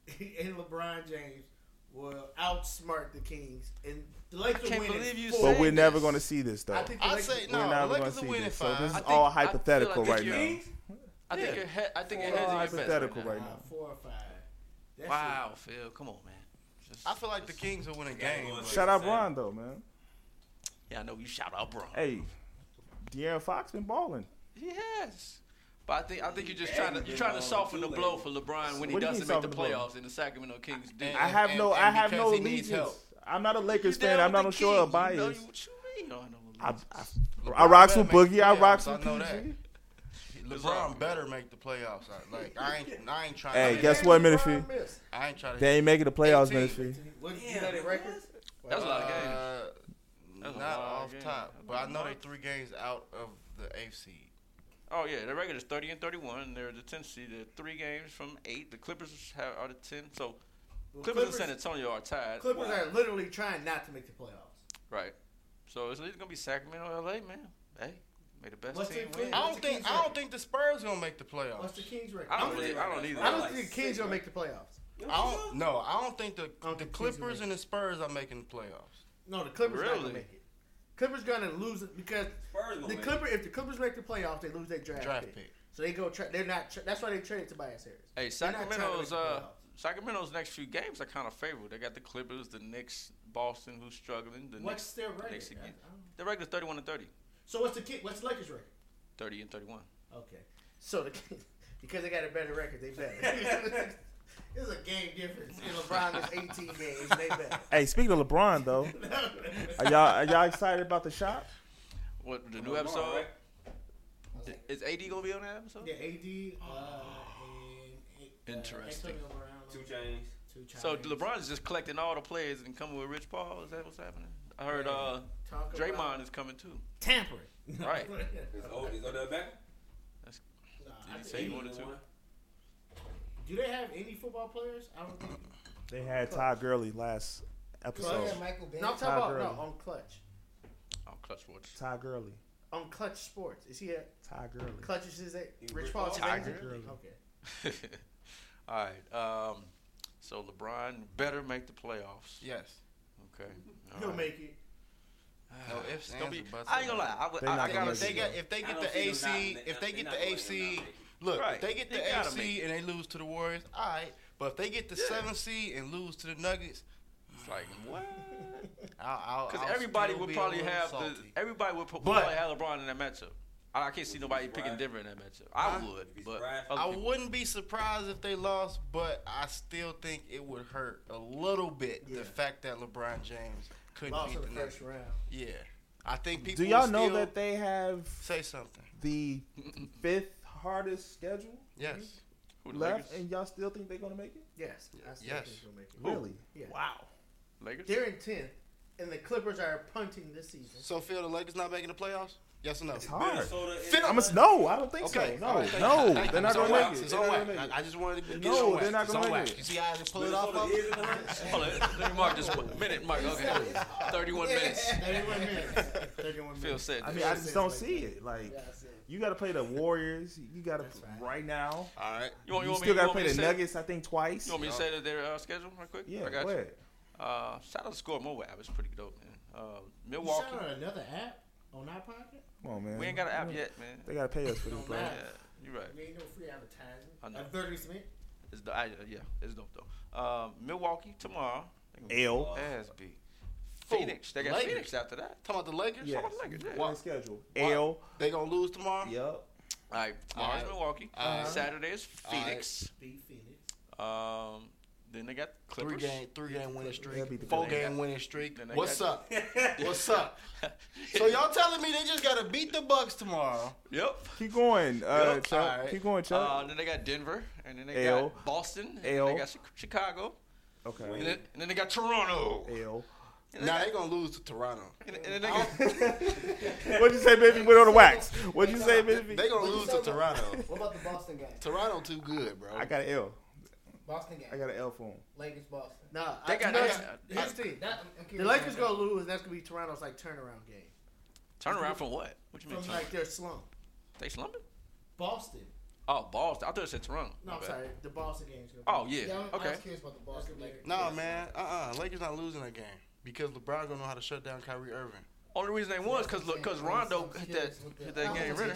Speaker 4: [LAUGHS] and LeBron James will outsmart the Kings, and the Lakers
Speaker 3: can't
Speaker 4: will win
Speaker 3: believe
Speaker 4: in
Speaker 3: you
Speaker 4: four.
Speaker 3: said-
Speaker 7: But we're
Speaker 3: Saying
Speaker 7: never
Speaker 3: this,
Speaker 7: going to see this though.
Speaker 4: I think the
Speaker 5: I
Speaker 4: Lakers,
Speaker 5: say
Speaker 7: we're
Speaker 5: no.
Speaker 7: not
Speaker 5: The Lakers
Speaker 7: gonna
Speaker 5: are
Speaker 7: see
Speaker 5: winning
Speaker 7: this. So this
Speaker 5: five.
Speaker 3: I
Speaker 7: is
Speaker 3: think-
Speaker 7: all
Speaker 3: I feel like
Speaker 7: hypothetical
Speaker 3: if
Speaker 7: right
Speaker 3: you-
Speaker 7: now.
Speaker 3: I think your head. I think your
Speaker 4: Four
Speaker 3: head's in your best.
Speaker 7: hypothetical
Speaker 3: right
Speaker 7: right
Speaker 4: uh,
Speaker 7: now.
Speaker 4: four or five. That's
Speaker 3: Wow, Phil, come on, man. Just-
Speaker 5: I feel like the Kings will win a game.
Speaker 8: Gotta go
Speaker 5: but-
Speaker 7: Shout out
Speaker 8: Same.
Speaker 7: Rondo, man.
Speaker 3: yeah, I know you shout out, bro.
Speaker 7: Hey, De'Aaron Fox been balling.
Speaker 3: Yes, but I think I think you're just trying to you're trying to soften the blow for LeBron when he
Speaker 7: What do you
Speaker 3: doesn't make
Speaker 7: mean
Speaker 3: the
Speaker 7: soften the blow?
Speaker 3: playoffs and the Sacramento Kings do.
Speaker 5: And-
Speaker 7: I have
Speaker 5: and-
Speaker 7: no.
Speaker 5: and
Speaker 7: I have
Speaker 5: because
Speaker 7: no
Speaker 5: he needs
Speaker 7: allegiance.
Speaker 5: help.
Speaker 7: I'm not a Lakers
Speaker 3: You down
Speaker 7: fan. I'm
Speaker 3: with
Speaker 7: not
Speaker 3: the
Speaker 7: on sure of
Speaker 3: Kings. You know
Speaker 7: bias.
Speaker 3: you- what you mean? Oh, No, I know
Speaker 7: I,
Speaker 3: what
Speaker 7: I,
Speaker 5: LeBron
Speaker 7: I rocks
Speaker 5: better
Speaker 7: with
Speaker 5: make
Speaker 7: Boogie. I
Speaker 5: playoffs,
Speaker 7: rocks
Speaker 5: I
Speaker 7: with
Speaker 5: know
Speaker 7: PG.
Speaker 5: LeBron better make the playoffs. I- Like I ain't, I ain't trying.
Speaker 7: Hey,
Speaker 5: to,
Speaker 7: guess what, Minifee?
Speaker 5: I ain't trying to.
Speaker 7: They ain't making the playoffs,
Speaker 5: 18.
Speaker 7: Minifee.
Speaker 4: What, you know their records?
Speaker 3: That's a lot of games.
Speaker 5: Uh,
Speaker 3: That's a
Speaker 5: not
Speaker 3: lot of
Speaker 5: off
Speaker 3: games.
Speaker 5: top,
Speaker 3: That's a
Speaker 5: but I know
Speaker 3: lot.
Speaker 5: they three games out of the eighth seed.
Speaker 3: Oh yeah, the record is thirty and thirty-one. and They're the tenth seed. They're three games from eight. The Clippers have, are the ten. So
Speaker 4: Well,
Speaker 3: Clippers, and San Antonio are tied.
Speaker 4: Clippers are literally trying not to make the playoffs.
Speaker 3: Right. So it's either gonna be Sacramento or LA, man. Hey, may the best
Speaker 4: What's
Speaker 3: team
Speaker 4: the-
Speaker 3: win.
Speaker 5: I
Speaker 4: What's the
Speaker 5: don't think.
Speaker 4: Kings
Speaker 5: I don't
Speaker 4: record?
Speaker 5: think the Spurs gonna make the playoffs.
Speaker 4: What's the Kings record?
Speaker 3: Oh, I don't
Speaker 4: I
Speaker 3: really-
Speaker 4: don't,
Speaker 3: I don't either.
Speaker 4: I don't think the Kings gonna make the playoffs.
Speaker 5: I don't. No, I don't think the
Speaker 4: don't think Kings
Speaker 5: the
Speaker 4: will
Speaker 5: Clippers
Speaker 4: make
Speaker 5: and the Spurs are making the playoffs.
Speaker 4: No, the Clippers not
Speaker 3: Really?
Speaker 4: gonna make it. Clippers gonna lose it because
Speaker 8: Spurs gonna
Speaker 4: the
Speaker 8: make
Speaker 4: Clipper if the Clippers make the playoffs, they lose their draft,
Speaker 5: Draft
Speaker 4: pick.
Speaker 5: pick.
Speaker 4: So they go. Tra- they're not. Tra- that's why they traded Tobias Harris.
Speaker 3: Hey,
Speaker 4: They're not trying to
Speaker 3: Sacramento's
Speaker 4: make the
Speaker 3: uh,
Speaker 4: playoffs.
Speaker 3: Sacramento's next few games are kind of favorable. They got the Clippers, the Knicks, Boston, who's struggling. The
Speaker 4: What's
Speaker 3: Knicks,
Speaker 4: their record?
Speaker 3: Knicks again.
Speaker 4: I- I don't-
Speaker 3: the regular thirty-one and thirty.
Speaker 4: So what's the kid? What's the Lakers record?
Speaker 3: Thirty and thirty-one.
Speaker 4: Okay. So the, [LAUGHS] because they got a better record, they [LAUGHS] better. There's a game difference in LeBron is 18 games. They [LAUGHS] better.
Speaker 7: Hey, speaking of LeBron though, are y'all are y'all excited about the shop?
Speaker 3: What the new
Speaker 8: Lamar,
Speaker 3: episode?
Speaker 8: right?
Speaker 3: Is AD gonna be on that episode?
Speaker 4: yeah, AD uh, and
Speaker 3: Interesting.
Speaker 4: Antonio Brown,
Speaker 8: Two chains.
Speaker 4: two times.
Speaker 3: So LeBron's just collecting all the players and coming with Rich Paul. Is that what's happening? I heard uh,
Speaker 4: Talk about
Speaker 3: Draymond is coming too.
Speaker 4: tampering.
Speaker 3: [LAUGHS]
Speaker 4: [LAUGHS]
Speaker 3: Right.
Speaker 8: Is, o, is Odell back?
Speaker 4: Nah,
Speaker 3: Did
Speaker 4: I
Speaker 3: he
Speaker 4: think-
Speaker 3: say he wanted to?
Speaker 4: do they have any football players? I don't think.
Speaker 7: They had Todd Gurley last episode.
Speaker 6: Clutch, Michael Bennett.
Speaker 4: No, I'm talking
Speaker 7: Todd
Speaker 4: about
Speaker 7: Gurley.
Speaker 4: no on Clutch.
Speaker 3: Oh, Clutch Sports.
Speaker 7: Todd Gurley.
Speaker 4: On Clutch Sports, is he at
Speaker 7: Todd Gurley.
Speaker 4: Clutch? Is that
Speaker 8: He
Speaker 4: Rich
Speaker 8: Rich
Speaker 4: Paul?
Speaker 8: Paul's
Speaker 4: Okay.
Speaker 3: [LAUGHS]
Speaker 7: agent.
Speaker 3: all right. Um, so LeBron better make the playoffs.
Speaker 5: Yes.
Speaker 7: [SIGHS]
Speaker 3: Okay. all
Speaker 4: He'll
Speaker 3: right.
Speaker 4: make it.
Speaker 5: No ifs,
Speaker 3: It's gonna
Speaker 5: ands,
Speaker 3: be.
Speaker 5: or buts
Speaker 3: I ain't gonna
Speaker 5: about
Speaker 3: lie. I, would,
Speaker 7: They
Speaker 3: I,
Speaker 7: not
Speaker 3: I gotta
Speaker 7: gonna
Speaker 5: If they
Speaker 3: think.
Speaker 5: get if they
Speaker 8: I
Speaker 5: get
Speaker 8: don't
Speaker 5: the
Speaker 8: see them not-
Speaker 5: AC,
Speaker 8: they-
Speaker 5: if they
Speaker 8: they
Speaker 5: get
Speaker 8: not
Speaker 5: the
Speaker 8: going to
Speaker 5: AC,
Speaker 8: not make it.
Speaker 5: look,
Speaker 3: Right.
Speaker 5: if they get
Speaker 3: They
Speaker 5: the
Speaker 3: gotta
Speaker 5: AC
Speaker 3: make
Speaker 5: and they lose to the Warriors, all right. But if they get the seven C and lose to the Nuggets, it's like what?
Speaker 3: [LAUGHS] Because everybody would probably have the everybody would pro- would
Speaker 5: But-
Speaker 3: probably have LeBron in that matchup. I, I can't see
Speaker 8: Would you
Speaker 3: nobody
Speaker 8: be
Speaker 3: picking
Speaker 8: surprised?
Speaker 3: Denver in that matchup. I
Speaker 5: Huh?
Speaker 3: would,
Speaker 8: You'd be
Speaker 3: but
Speaker 8: surprised?
Speaker 3: other
Speaker 5: I
Speaker 3: people-
Speaker 5: wouldn't be surprised if they lost, but I still think it would hurt a little bit
Speaker 4: Yeah.
Speaker 5: the fact that LeBron James couldn't
Speaker 4: Lost
Speaker 5: beat
Speaker 4: in
Speaker 5: the
Speaker 4: the first
Speaker 5: Nuggets.
Speaker 4: round.
Speaker 5: Yeah, I think people.
Speaker 7: Do y'all
Speaker 5: would
Speaker 7: know
Speaker 5: still
Speaker 7: that they have
Speaker 5: say something?
Speaker 7: the fifth hardest schedule
Speaker 5: Yes.
Speaker 3: Who the
Speaker 7: left,
Speaker 3: Lakers?
Speaker 7: and y'all still think they're gonna make it?
Speaker 4: Yes. I still
Speaker 5: Yes.
Speaker 4: think he'll make it.
Speaker 7: Really?
Speaker 4: Yeah.
Speaker 7: Wow.
Speaker 3: Lakers?
Speaker 4: They're in tenth, and the Clippers are punting this season.
Speaker 5: So Phil, the Lakers not making the playoffs? Yes or no?
Speaker 7: It's hard.
Speaker 8: Minnesota is-
Speaker 7: I'm a no. I don't think
Speaker 5: Okay.
Speaker 7: so.
Speaker 5: all
Speaker 7: No,
Speaker 5: right, thank you.
Speaker 7: no,
Speaker 5: Thank
Speaker 7: they're
Speaker 5: you.
Speaker 7: not
Speaker 5: It's on
Speaker 7: gonna
Speaker 5: wax.
Speaker 7: make it.
Speaker 5: It's
Speaker 7: They're
Speaker 5: on
Speaker 7: not gonna
Speaker 5: wax.
Speaker 7: make it.
Speaker 5: I, I just wanted to get
Speaker 7: No,
Speaker 5: it on wax.
Speaker 7: they're not
Speaker 5: It's
Speaker 7: gonna
Speaker 5: on
Speaker 7: make
Speaker 5: wax.
Speaker 7: it.
Speaker 5: You see how I just pulled it off
Speaker 8: Minnesota
Speaker 5: of?
Speaker 8: is in the hunt.
Speaker 3: Hold on, let me mark this
Speaker 7: [LAUGHS]
Speaker 3: one. minute, Mark. Okay, thirty-one minutes.
Speaker 4: Thirty-one minutes. Thirty-one
Speaker 3: Phil
Speaker 4: minutes.
Speaker 3: said.
Speaker 7: I
Speaker 3: this.
Speaker 7: mean, I just don't see it. Like,
Speaker 4: Yeah, I see it.
Speaker 7: you got to play the Warriors. You got to
Speaker 4: right.
Speaker 7: right now.
Speaker 5: [LAUGHS] All right.
Speaker 3: you want, you
Speaker 7: You
Speaker 3: want
Speaker 7: still
Speaker 3: me,
Speaker 7: got
Speaker 3: you
Speaker 7: to
Speaker 3: want me
Speaker 7: play
Speaker 3: to
Speaker 7: the
Speaker 3: say,
Speaker 7: Nuggets. I think twice.
Speaker 3: You want me to say that their uh, schedule real quick?
Speaker 7: Yeah,
Speaker 3: I got
Speaker 7: go
Speaker 3: you.
Speaker 7: ahead.
Speaker 3: Uh, shout out to Score Mobile app. It's pretty dope, man. Uh,
Speaker 4: You
Speaker 3: Milwaukee.
Speaker 4: sound on another app on our podcast.
Speaker 7: Come on, man.
Speaker 3: We ain't got an app yet, man.
Speaker 7: They got to pay us for this,
Speaker 4: Don't
Speaker 7: bro.
Speaker 3: Yeah,
Speaker 4: matter.
Speaker 3: you're right.
Speaker 4: We ain't no free
Speaker 3: I
Speaker 4: advertising.
Speaker 3: know.
Speaker 4: Advertisement.
Speaker 3: It's the I, yeah, it's dope though. Um, Milwaukee tomorrow. They gonna
Speaker 7: L.
Speaker 3: beat Ass beat. Phoenix. They got
Speaker 5: Lakers.
Speaker 3: Phoenix after that.
Speaker 5: Talking about the Lakers?
Speaker 7: Yes.
Speaker 3: Talk about Lakers, yeah.
Speaker 7: Why schedule? L.
Speaker 5: They gonna lose tomorrow?
Speaker 7: Yep.
Speaker 3: All right, tomorrow's
Speaker 5: Alright.
Speaker 3: Milwaukee.
Speaker 5: Alright.
Speaker 3: Saturday is
Speaker 5: Alright.
Speaker 3: Phoenix.
Speaker 4: Be Phoenix.
Speaker 3: Um, then they got Clippers.
Speaker 5: Three game, three game winning
Speaker 7: That'd be
Speaker 5: streak,
Speaker 7: the
Speaker 5: four
Speaker 7: best.
Speaker 5: game winning streak.
Speaker 3: Then they
Speaker 5: What's
Speaker 3: got-
Speaker 5: up? [LAUGHS] What's up? So y'all telling me they just gotta beat the Bucks tomorrow?
Speaker 3: [LAUGHS] Yep.
Speaker 7: Keep going, uh,
Speaker 5: Yep.
Speaker 7: Chuck.
Speaker 5: All right.
Speaker 7: Keep going,
Speaker 3: Uh,
Speaker 7: Chuck.
Speaker 3: then they got Denver, and then they
Speaker 7: L.
Speaker 3: got Boston, and
Speaker 7: L.
Speaker 3: they got Chi- Chicago, and
Speaker 7: okay.
Speaker 3: then, and then they got Toronto.
Speaker 7: L.
Speaker 5: Now they gonna lose to Toronto.
Speaker 3: And, and then they got, [LAUGHS]
Speaker 7: What'd you say, baby? Went on the wax. What'd you say, baby?
Speaker 5: They gonna lose to Toronto.
Speaker 4: [LAUGHS]
Speaker 6: What about the Boston guy?
Speaker 5: Toronto too good, bro.
Speaker 7: I got an L.
Speaker 6: Boston
Speaker 7: I
Speaker 6: guy.
Speaker 7: got an L for him.
Speaker 6: Lakers, Boston.
Speaker 4: Nah,
Speaker 3: They
Speaker 4: I,
Speaker 3: got-
Speaker 4: no,
Speaker 3: they
Speaker 4: it's-
Speaker 3: got-
Speaker 4: here's the thing.
Speaker 6: That, I'm
Speaker 4: The
Speaker 6: curious
Speaker 4: Lakers
Speaker 6: about
Speaker 4: gonna lose, and that's gonna be Toronto's like turnaround game
Speaker 3: turnaround from what? What you mean?
Speaker 4: from
Speaker 3: turnaround?
Speaker 4: like their slump.
Speaker 3: They slumping?
Speaker 4: Boston.
Speaker 3: Oh, Boston. I thought it said Toronto.
Speaker 4: No,
Speaker 3: My
Speaker 4: I'm
Speaker 3: bad.
Speaker 4: sorry. The Boston game's gonna.
Speaker 3: Oh
Speaker 6: that.
Speaker 3: yeah.
Speaker 6: Yeah, I'm, I
Speaker 3: okay.
Speaker 6: was curious about the Boston Lakers.
Speaker 5: No man, uh uh Lakers not losing that game because LeBron gonna know how to shut down Kyrie Irving.
Speaker 3: Only reason they won is because because Rondo hit that hit that game winner.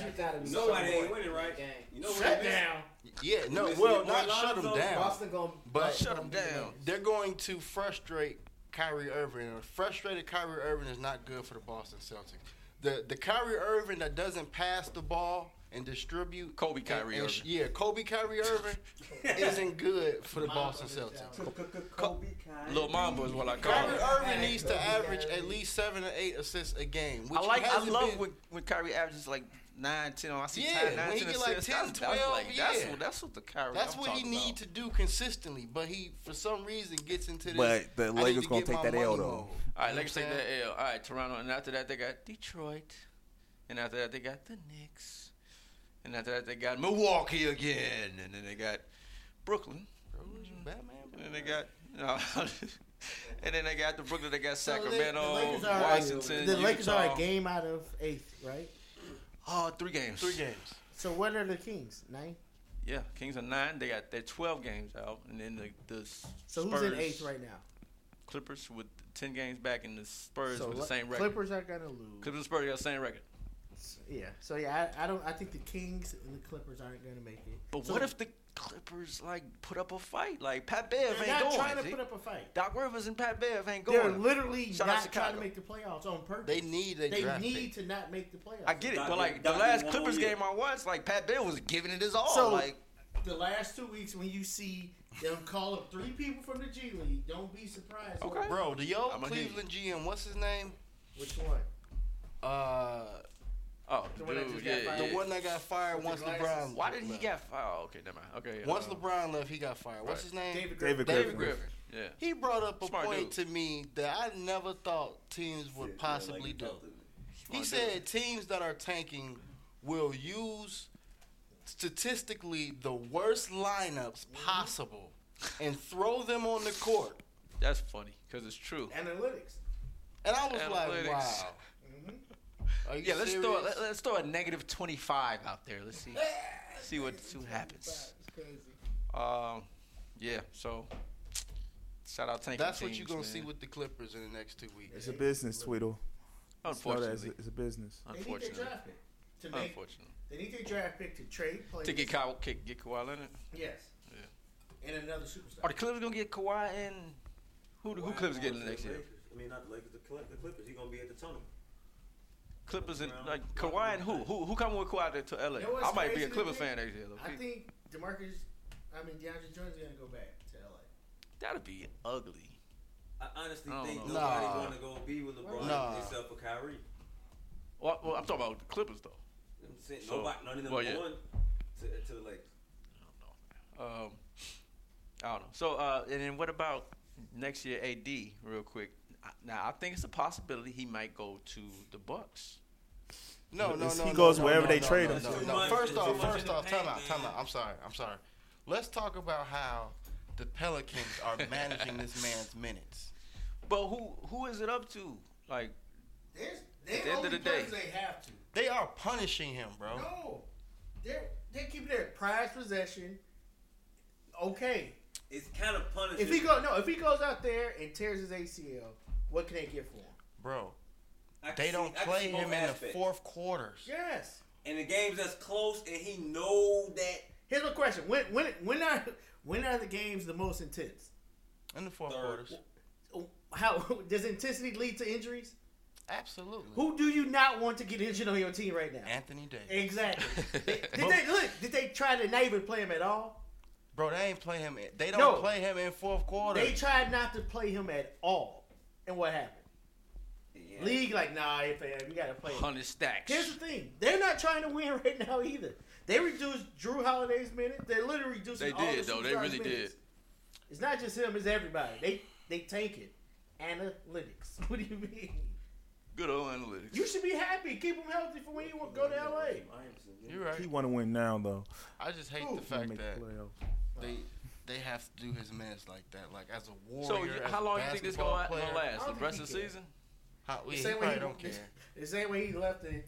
Speaker 8: Nobody ain't winning, right?
Speaker 6: Gang.
Speaker 8: You know
Speaker 4: Shut
Speaker 8: what it is?
Speaker 4: down.
Speaker 5: Yeah, no,
Speaker 8: Listen,
Speaker 5: well,
Speaker 8: when
Speaker 5: not
Speaker 8: Lonzo-
Speaker 5: shut him down,
Speaker 6: Boston gonna
Speaker 5: but
Speaker 3: Shut him down.
Speaker 5: they're going to frustrate Kyrie Irving. And a frustrated Kyrie Irving is not good for the Boston Celtics. The the Kyrie Irving that doesn't pass the ball and distribute
Speaker 3: Kobe
Speaker 5: and-
Speaker 3: Kyrie
Speaker 5: and
Speaker 3: Irving.
Speaker 5: sh- yeah, Kobe Kyrie Irving isn't good for the Boston Celtics.
Speaker 8: Kobe Kyrie.
Speaker 3: Little Mamba is what I call
Speaker 5: Kyrie
Speaker 3: it.
Speaker 5: Irving needs to average at least seven or eight assists a game. Which
Speaker 3: I like I
Speaker 5: hasn't
Speaker 3: love
Speaker 5: been-
Speaker 3: when when Kyrie averages like nine, ten. oh, I see
Speaker 5: Yeah,
Speaker 3: yeah, nine,
Speaker 5: when he
Speaker 3: ten
Speaker 5: get like
Speaker 3: assists.
Speaker 5: 10,
Speaker 3: that's, that's
Speaker 5: 12,
Speaker 3: like that's
Speaker 5: yeah.
Speaker 3: what that's what the Kyrie.
Speaker 5: That's
Speaker 3: I'm
Speaker 5: what he
Speaker 3: talking
Speaker 5: need
Speaker 3: about.
Speaker 5: to do consistently, but he for some reason gets into this.
Speaker 7: But the
Speaker 5: I need
Speaker 7: Lakers
Speaker 5: to
Speaker 7: gonna
Speaker 5: get
Speaker 7: take
Speaker 5: my
Speaker 7: that L,
Speaker 5: money
Speaker 7: though.
Speaker 5: mode.
Speaker 3: All right, Lakers
Speaker 5: You know
Speaker 3: take
Speaker 5: what I'm
Speaker 3: that L. All right, Toronto, and after that they got Detroit, and after that they got the Knicks, and after that they got Milwaukee again, and then they got Brooklyn,
Speaker 5: saying? Batman,
Speaker 3: and then they got you know, [LAUGHS] and then they got the Brooklyn. They got
Speaker 4: So they- the
Speaker 3: Sacramento,
Speaker 4: Lakers are-
Speaker 3: Washington,
Speaker 4: The Lakers
Speaker 3: Utah.
Speaker 4: are a game out of eighth, right?
Speaker 3: Oh, three games.
Speaker 5: three games.
Speaker 4: So what are the Kings? Nine.
Speaker 3: Yeah, Kings are nine. They got their twelve games out, and then the, the
Speaker 4: So
Speaker 3: Spurs,
Speaker 4: who's in eighth right now?
Speaker 3: Clippers with ten games back, and the Spurs
Speaker 4: so
Speaker 3: with the
Speaker 4: Le-
Speaker 3: same record.
Speaker 4: Clippers are gonna lose.
Speaker 3: Clippers and Spurs got the same record.
Speaker 4: So, yeah. So yeah, I, I don't. I think the Kings and the Clippers aren't gonna make it.
Speaker 9: But
Speaker 4: So,
Speaker 9: what if the Clippers like put up a fight? Like Pat Bev
Speaker 4: they're
Speaker 9: ain't
Speaker 4: not
Speaker 9: going.
Speaker 4: trying to
Speaker 9: G.
Speaker 4: put up a fight?
Speaker 9: Doc Rivers and Pat Bev ain't
Speaker 4: They're
Speaker 9: going.
Speaker 4: literally
Speaker 9: Shout out
Speaker 4: not trying
Speaker 9: Chicago.
Speaker 4: to make the playoffs on purpose.
Speaker 5: They need a
Speaker 4: They
Speaker 5: draft
Speaker 4: need
Speaker 5: pick.
Speaker 4: to not make the playoffs.
Speaker 9: I get it,
Speaker 8: Doc-
Speaker 9: but like the
Speaker 8: Doc
Speaker 9: last
Speaker 8: did one
Speaker 9: Clippers
Speaker 8: year.
Speaker 9: game I watched, like Pat Bev was giving it his all.
Speaker 4: So-
Speaker 9: like
Speaker 4: the last two weeks when you see them call up three people from the G League, don't be surprised.
Speaker 9: Okay.
Speaker 5: Bro, the old
Speaker 9: I'ma hear you.
Speaker 5: Cleveland GM, what's his name?
Speaker 4: Which one?
Speaker 5: Uh,
Speaker 3: Oh,
Speaker 4: The one that
Speaker 3: dude,
Speaker 4: just got
Speaker 3: yeah,
Speaker 4: fired.
Speaker 5: the
Speaker 3: yeah.
Speaker 5: one that got fired once
Speaker 4: glasses.
Speaker 5: LeBron.
Speaker 3: Why did he
Speaker 5: left.
Speaker 3: get? Oh, okay, never mind. Okay,
Speaker 5: Once
Speaker 3: uh,
Speaker 5: LeBron left, he got fired. What's
Speaker 3: right.
Speaker 5: his name?
Speaker 4: David Griffin.
Speaker 7: David
Speaker 5: David
Speaker 7: Griffin.
Speaker 5: Griffin.
Speaker 3: Yeah.
Speaker 5: He brought up a
Speaker 3: Smart
Speaker 5: point
Speaker 3: dude.
Speaker 5: to me that I never thought teams would possibly do. He said teams that are tanking will use statistically the worst lineups possible and throw them on the court.
Speaker 3: That's funny because it's true.
Speaker 4: Analytics.
Speaker 5: And I was
Speaker 3: Analytics.
Speaker 5: like, wow. Are you
Speaker 3: Yeah, let's
Speaker 5: serious?
Speaker 3: throw let, us throw a negative twenty five out there. Let's see see what see what happens.
Speaker 4: It's crazy.
Speaker 3: Um, yeah. So shout out Tank.
Speaker 5: That's what you're going to see with the Clippers in the next two weeks.
Speaker 7: It's a business, Tweedle. It's not as-
Speaker 3: unfortunately
Speaker 7: it's a business.
Speaker 4: They need their
Speaker 3: unfortunately
Speaker 4: draft pick. To make,
Speaker 3: unfortunately
Speaker 4: they need their draft pick to trade players.
Speaker 3: to get Kawhi get, get Kawhi Leonard.
Speaker 4: Yes. And another superstar.
Speaker 3: Are the Clippers gonna get Kawhi and who who Clippers getting next year?
Speaker 8: I mean, not the Lakers, the Clip- the Clippers. He's gonna be at the tunnel.
Speaker 3: Clippers and like Kawhi and who who who coming with Kawhi to, to LA?
Speaker 4: You know what's
Speaker 3: I might be
Speaker 4: crazy
Speaker 3: a
Speaker 4: to
Speaker 3: Clipper
Speaker 4: me?
Speaker 3: fan next year. Though.
Speaker 4: I think DeMarcus, I mean DeAndre Jordan's gonna go back to LA.
Speaker 3: That'd be ugly.
Speaker 8: I honestly
Speaker 3: I don't
Speaker 8: think
Speaker 3: know.
Speaker 8: nobody
Speaker 5: Nah.
Speaker 8: wanna go be with LeBron
Speaker 5: Nah.
Speaker 8: except for Kyrie.
Speaker 3: Well, well, I'm talking about the Clippers though.
Speaker 8: I'm saying
Speaker 3: So-
Speaker 8: nobody, none of them
Speaker 3: well, yeah.
Speaker 8: going to, to the Lakers.
Speaker 3: Um, I don't know. So, uh, and then what about next year, AD? Real quick. I- Now, I think it's a possibility he might go to the Bucks.
Speaker 5: No, no,
Speaker 7: It's-
Speaker 5: no.
Speaker 7: he
Speaker 5: no,
Speaker 7: goes
Speaker 5: no,
Speaker 7: wherever
Speaker 5: no,
Speaker 7: they
Speaker 5: no,
Speaker 7: trade
Speaker 5: no,
Speaker 7: him
Speaker 5: no,
Speaker 8: to.
Speaker 5: no.
Speaker 8: Much-
Speaker 5: First
Speaker 8: too
Speaker 5: off,
Speaker 8: much
Speaker 5: first
Speaker 8: in the
Speaker 5: off, time
Speaker 8: paint,
Speaker 5: out, time
Speaker 8: man.
Speaker 5: out. I'm sorry, I'm sorry. Let's talk about how the Pelicans are managing this man's minutes.
Speaker 3: But who who is it up to? Like,
Speaker 4: There's, they're
Speaker 3: At the end of
Speaker 4: only
Speaker 3: the day.
Speaker 4: players they have to.
Speaker 5: They are punishing him, bro.
Speaker 4: No, they're they're keeping their prized possession. Okay,
Speaker 8: It's kind of punishing.
Speaker 4: if he go no, if he goes out there and tears his ACL, what can they get for him?
Speaker 5: Bro,
Speaker 8: I can
Speaker 5: they
Speaker 8: see-
Speaker 5: don't
Speaker 8: I can
Speaker 5: play
Speaker 8: see both
Speaker 5: him in the
Speaker 8: aspects.
Speaker 5: fourth quarters.
Speaker 4: Yes.
Speaker 8: In the games that's close, and he know that
Speaker 4: Here's my question: When when when are when are the games the most intense?
Speaker 5: In the fourth
Speaker 8: Third.
Speaker 5: quarters.
Speaker 4: How [LAUGHS] does intensity lead to injuries?
Speaker 5: Absolutely.
Speaker 4: Who do you not want to get injured on your team right now?
Speaker 5: Anthony Davis.
Speaker 3: [LAUGHS]
Speaker 4: Exactly. did they look? Did they try to not even play him at all?
Speaker 5: Bro, they ain't play him. in- They don't
Speaker 4: No.
Speaker 5: play him in fourth quarter.
Speaker 4: They tried not to play him at all, and what happened?
Speaker 8: Yeah.
Speaker 4: League like nah, if we gotta play. Him.
Speaker 3: 100 stacks.
Speaker 4: Here's the thing: they're not trying to win [LAUGHS] right now either. They reduced Drew Holiday's minutes. They literally reduced.
Speaker 3: They
Speaker 4: all
Speaker 3: did,
Speaker 4: the
Speaker 3: though. They
Speaker 4: superstars'
Speaker 3: really
Speaker 4: minutes.
Speaker 3: did.
Speaker 4: It's not just him; it's everybody. They they tank it. Analytics. [LAUGHS] What do you mean?
Speaker 3: Good old analytics.
Speaker 4: You should be happy. Keep him healthy for when you go to LA.
Speaker 5: You're
Speaker 4: [LAUGHS]
Speaker 7: He
Speaker 5: right.
Speaker 7: want to win now though.
Speaker 5: I just hate
Speaker 4: Who?
Speaker 5: the
Speaker 7: He wanna
Speaker 5: fact
Speaker 7: make the
Speaker 5: that
Speaker 7: playoffs.
Speaker 5: they they have to do his minutes like that. Like as a warrior.
Speaker 3: so, you,
Speaker 5: as
Speaker 3: how
Speaker 5: a
Speaker 3: long you think this
Speaker 5: basketball
Speaker 3: gonna,
Speaker 5: player.
Speaker 3: gonna last?
Speaker 4: I
Speaker 3: The
Speaker 4: don't
Speaker 3: rest
Speaker 4: think
Speaker 3: of the
Speaker 4: he can.
Speaker 3: season?
Speaker 5: How, yeah,
Speaker 4: The
Speaker 5: he
Speaker 4: same way
Speaker 5: probably
Speaker 4: he- [LAUGHS]
Speaker 5: don't care.
Speaker 4: The same way he left the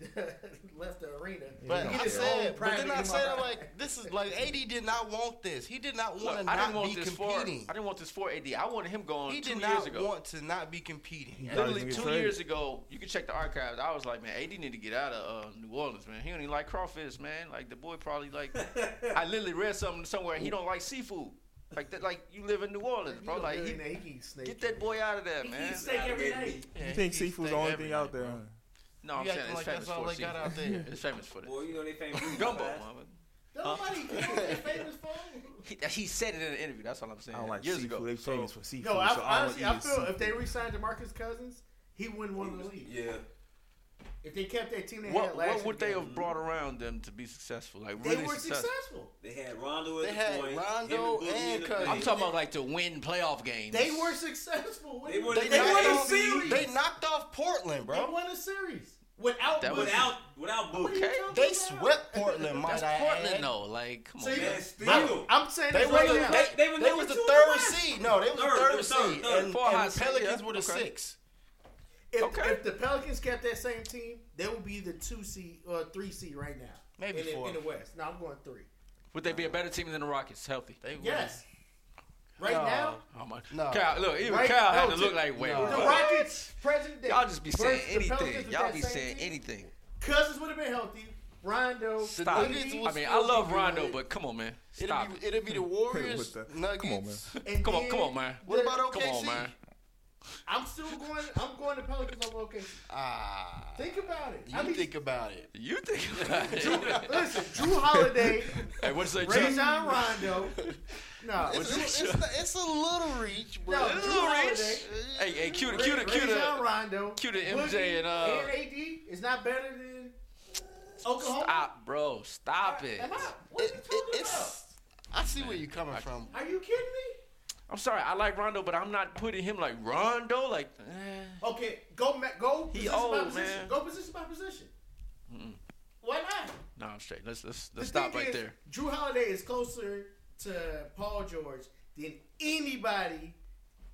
Speaker 4: [LAUGHS] left the arena.
Speaker 5: But
Speaker 4: He
Speaker 5: I
Speaker 4: just
Speaker 5: said,
Speaker 4: owned
Speaker 5: but
Speaker 4: private
Speaker 5: then I
Speaker 4: in my
Speaker 5: said
Speaker 4: mind.
Speaker 5: like this is like AD did not want this. He did not want
Speaker 3: Look,
Speaker 5: to
Speaker 3: I didn't
Speaker 5: not
Speaker 3: want
Speaker 5: be
Speaker 3: this for. I
Speaker 5: competing.
Speaker 3: didn't want this for AD. I wanted him gone
Speaker 5: He
Speaker 3: two
Speaker 5: did
Speaker 3: years
Speaker 5: not
Speaker 3: ago.
Speaker 5: want to not be competing.
Speaker 7: Yeah.
Speaker 3: Literally
Speaker 7: He's
Speaker 3: two
Speaker 7: gonna get
Speaker 3: years ago, you can check the archives. I was like, man, AD need to get out of uh, New Orleans, man. He don't even like crawfish, man. Like the boy probably like. I literally read something somewhere. He don't like seafood. Like that, like you live in New Orleans,
Speaker 4: He
Speaker 3: bro.
Speaker 4: don't
Speaker 3: Like
Speaker 4: really
Speaker 3: he,
Speaker 4: know. He can snake
Speaker 3: get
Speaker 4: you.
Speaker 3: that boy out of there,
Speaker 4: He
Speaker 3: man.
Speaker 4: can snake every day.
Speaker 5: Yeah,
Speaker 7: You think
Speaker 5: he
Speaker 7: seafood's the
Speaker 5: stayed
Speaker 7: only
Speaker 5: every
Speaker 7: thing
Speaker 5: night,
Speaker 7: out there?
Speaker 5: bro.
Speaker 7: huh?
Speaker 3: No, I'm
Speaker 5: You
Speaker 3: saying it's
Speaker 5: acting like
Speaker 3: famous
Speaker 5: that's all
Speaker 3: for
Speaker 5: they got out
Speaker 3: seafood.
Speaker 5: there.
Speaker 3: It's famous for that.
Speaker 8: Boy, you know they famous.
Speaker 3: Gumbo,
Speaker 8: Popeyes.
Speaker 3: mama.
Speaker 4: Nobody you know what the famous for.
Speaker 3: He, he said it in an interview. That's all I'm saying.
Speaker 7: I don't like
Speaker 3: years
Speaker 7: seafood.
Speaker 3: ago.
Speaker 7: They
Speaker 3: So,
Speaker 7: famous for seafood.
Speaker 4: No, I,
Speaker 7: so I
Speaker 4: honestly,
Speaker 7: don't
Speaker 4: I
Speaker 7: eat
Speaker 4: feel if
Speaker 7: seafood.
Speaker 4: they re-signed DeMarcus Cousins, he wouldn't win the league.
Speaker 8: Yeah.
Speaker 4: If they kept that team they
Speaker 3: what
Speaker 4: had last
Speaker 3: what would they
Speaker 4: year,
Speaker 3: have brought around them to be successful? Like
Speaker 4: They
Speaker 3: really
Speaker 4: were
Speaker 3: successful.
Speaker 4: successful.
Speaker 8: They had Rondo at
Speaker 5: They
Speaker 8: the
Speaker 5: had
Speaker 8: point.
Speaker 5: Rondo
Speaker 8: him and, Boogie in
Speaker 5: and
Speaker 8: the
Speaker 5: Cousins.
Speaker 8: paint.
Speaker 3: I'm talking about like to win playoff games.
Speaker 4: They were successful. When,
Speaker 8: They
Speaker 4: they
Speaker 8: were
Speaker 4: won.
Speaker 8: the
Speaker 4: They,
Speaker 8: best
Speaker 4: won a
Speaker 8: team.
Speaker 4: series.
Speaker 5: They
Speaker 4: They,
Speaker 5: knocked off Portland, bro.
Speaker 4: won a series without.
Speaker 3: That was-
Speaker 4: Boogie.
Speaker 8: without without
Speaker 4: What are you
Speaker 8: Boogie.
Speaker 3: Okay.
Speaker 4: talking
Speaker 5: They
Speaker 4: about?
Speaker 5: swept Portland, might
Speaker 4: [LAUGHS]
Speaker 3: That's
Speaker 5: I
Speaker 3: Portland,
Speaker 5: add.
Speaker 3: though. Like, come
Speaker 4: So
Speaker 3: on.
Speaker 4: you-
Speaker 8: Man,
Speaker 4: I'm-
Speaker 8: still.
Speaker 4: I'm saying
Speaker 5: They
Speaker 4: this
Speaker 5: were
Speaker 4: right
Speaker 5: the,
Speaker 4: now.
Speaker 5: they,
Speaker 8: They were
Speaker 5: they
Speaker 8: number
Speaker 5: was the
Speaker 8: two in the
Speaker 5: third
Speaker 8: West.
Speaker 5: seed. No, they was
Speaker 8: Third,
Speaker 5: the
Speaker 8: they
Speaker 5: third
Speaker 8: was third,
Speaker 5: seed.
Speaker 8: third.
Speaker 5: And,
Speaker 3: Four high
Speaker 5: and
Speaker 3: seed,
Speaker 5: Pelicans
Speaker 3: yeah.
Speaker 5: were the
Speaker 3: Okay.
Speaker 5: six.
Speaker 4: if,
Speaker 3: Okay.
Speaker 4: if the Pelicans kept that same team, they would be the two seed or three seed right now.
Speaker 5: Maybe
Speaker 4: in, the-
Speaker 5: four.
Speaker 4: in the West. No, I'm going three.
Speaker 3: Would they be a better team than the Rockets, healthy?
Speaker 5: They were-
Speaker 4: Yes. Right
Speaker 5: No.
Speaker 4: now,
Speaker 3: Oh my.
Speaker 5: No.
Speaker 3: Kyle, look, even
Speaker 4: Right-
Speaker 3: Kyle had
Speaker 4: no,
Speaker 3: to look
Speaker 4: t-
Speaker 3: like, wait,
Speaker 5: no.
Speaker 4: the
Speaker 3: what?
Speaker 4: Rockets, present day.
Speaker 3: Y'all just be saying
Speaker 4: versus the Pelicans
Speaker 3: anything.
Speaker 4: with
Speaker 3: Y'all
Speaker 4: that
Speaker 3: be
Speaker 4: same
Speaker 3: saying
Speaker 4: team.
Speaker 3: anything.
Speaker 4: Cousins would have been healthy. Rondo.
Speaker 5: The
Speaker 3: Stop.
Speaker 5: Nuggets
Speaker 3: I
Speaker 5: was
Speaker 3: mean, I
Speaker 5: still
Speaker 3: love
Speaker 5: be
Speaker 3: Rondo,
Speaker 5: good.
Speaker 3: but come on, man.
Speaker 5: it'll
Speaker 3: Stop
Speaker 5: be,
Speaker 3: [LAUGHS]
Speaker 5: it'll be the Warriors.
Speaker 7: What the- come on,
Speaker 5: Nuggets.
Speaker 7: man.
Speaker 3: it.
Speaker 4: And
Speaker 3: Come on,
Speaker 4: then
Speaker 3: come on, man.
Speaker 5: What
Speaker 3: [LAUGHS]
Speaker 5: about
Speaker 3: Come
Speaker 5: OKC?
Speaker 3: on, man.
Speaker 4: I'm still going. I'm going to Pelicans over OKC.
Speaker 5: Ah,
Speaker 4: Think about it.
Speaker 5: you
Speaker 4: I mean,
Speaker 5: think about it.
Speaker 3: You think
Speaker 4: [LAUGHS]
Speaker 3: about it.
Speaker 4: listen, Drew
Speaker 3: [LAUGHS]
Speaker 4: Holiday,
Speaker 3: Hey, what's that, Chuck?
Speaker 4: Rajon Rondo. No,
Speaker 5: It's,
Speaker 4: Drew,
Speaker 5: it's, it's, it's a little reach, but
Speaker 4: no,
Speaker 3: This is
Speaker 4: Drew
Speaker 3: a little rich.
Speaker 4: Holiday.
Speaker 3: Hey, hey, cue the, cue the, cue
Speaker 4: Rajon
Speaker 3: the.
Speaker 4: Rondo.
Speaker 3: cue the
Speaker 4: Boogie
Speaker 3: MJ and, uh,
Speaker 4: AD is not better than Oklahoma.
Speaker 3: Stop, bro. Stop it.
Speaker 4: Am I? What
Speaker 5: It-
Speaker 4: you
Speaker 5: it-
Speaker 4: talking
Speaker 5: it's- I see where you're coming from.
Speaker 4: about? Are you kidding me?
Speaker 3: I'm sorry. I like Rondo, but I'm not putting him like Rondo. Like, eh.
Speaker 4: Okay, go ma- go
Speaker 3: He
Speaker 4: position by
Speaker 3: old,
Speaker 4: position.
Speaker 3: man.
Speaker 4: Go position by position. Why not?
Speaker 3: no, I'm straight. Let's let's
Speaker 4: The
Speaker 3: let's stop
Speaker 4: thing
Speaker 3: right
Speaker 4: is,
Speaker 3: there.
Speaker 4: Drew Holiday is closer to Paul George than anybody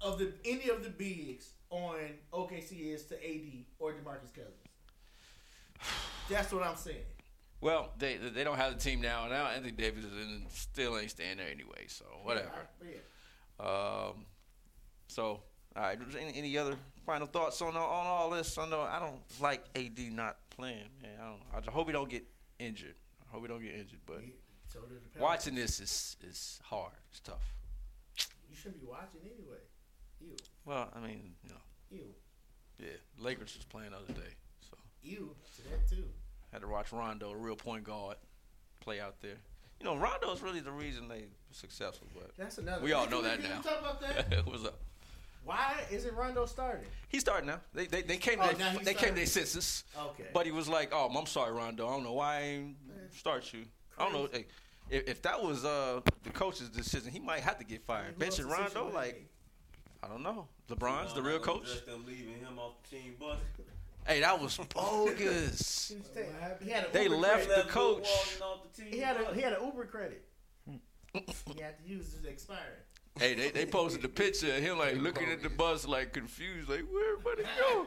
Speaker 4: of the any of the bigs on OKC is to AD or DeMarcus Cousins. [SIGHS] That's what I'm saying.
Speaker 3: Well, they they don't have the team now. Now Anthony Davis is in, still ain't staying there anyway. So whatever.
Speaker 4: Yeah.
Speaker 3: Um, so all right. Any, any other final thoughts on on all this? I know I don't like AD not playing. Man, I don't. I just hope he don't get injured. I hope he don't get injured. But
Speaker 4: So do the Pelicans.
Speaker 3: watching this is is hard. It's tough.
Speaker 4: You shouldn't be watching anyway. Ew.
Speaker 3: Well, I mean, you know,
Speaker 4: Ew.
Speaker 3: yeah. Lakers was playing the other day, so
Speaker 4: Ew to that too.
Speaker 3: had to watch Rondo, a real point guard, play out there. You know, Rondo is really the reason they were successful. But [LAUGHS]
Speaker 4: That's another.
Speaker 3: We all
Speaker 4: Can
Speaker 3: know that
Speaker 4: can
Speaker 3: now.
Speaker 4: talk
Speaker 3: [LAUGHS]
Speaker 4: about that?
Speaker 3: what's up?
Speaker 4: Why isn't Rondo starting?
Speaker 3: He's starting now. They they, they came
Speaker 4: Oh,
Speaker 3: to
Speaker 4: now
Speaker 3: they,
Speaker 4: he's
Speaker 3: came
Speaker 4: starting.
Speaker 3: to their senses.
Speaker 4: Okay.
Speaker 3: But he was like, "Oh, I'm sorry, Rondo. I don't know why I ain't start you. I don't know hey, if, if that was uh the coach's decision. He might have to get fired.
Speaker 4: Who else
Speaker 3: Benching
Speaker 4: is
Speaker 3: Rondo,
Speaker 4: situated?
Speaker 3: like I don't know. LeBron's the real coach.
Speaker 8: Just them leaving him off the team bus.
Speaker 3: Hey, that
Speaker 4: [LAUGHS]
Speaker 3: was bogus.
Speaker 4: He was taking- he had an
Speaker 3: They
Speaker 4: Uber
Speaker 3: left
Speaker 4: credit.
Speaker 3: the coach.
Speaker 8: Walton off the team
Speaker 4: He had a
Speaker 8: bus.
Speaker 4: he had an Uber
Speaker 3: [LAUGHS]
Speaker 4: credit. he had to use his expiring.
Speaker 3: Hey, they, they posted the picture of him like looking at the bus like confused, like where everybody go?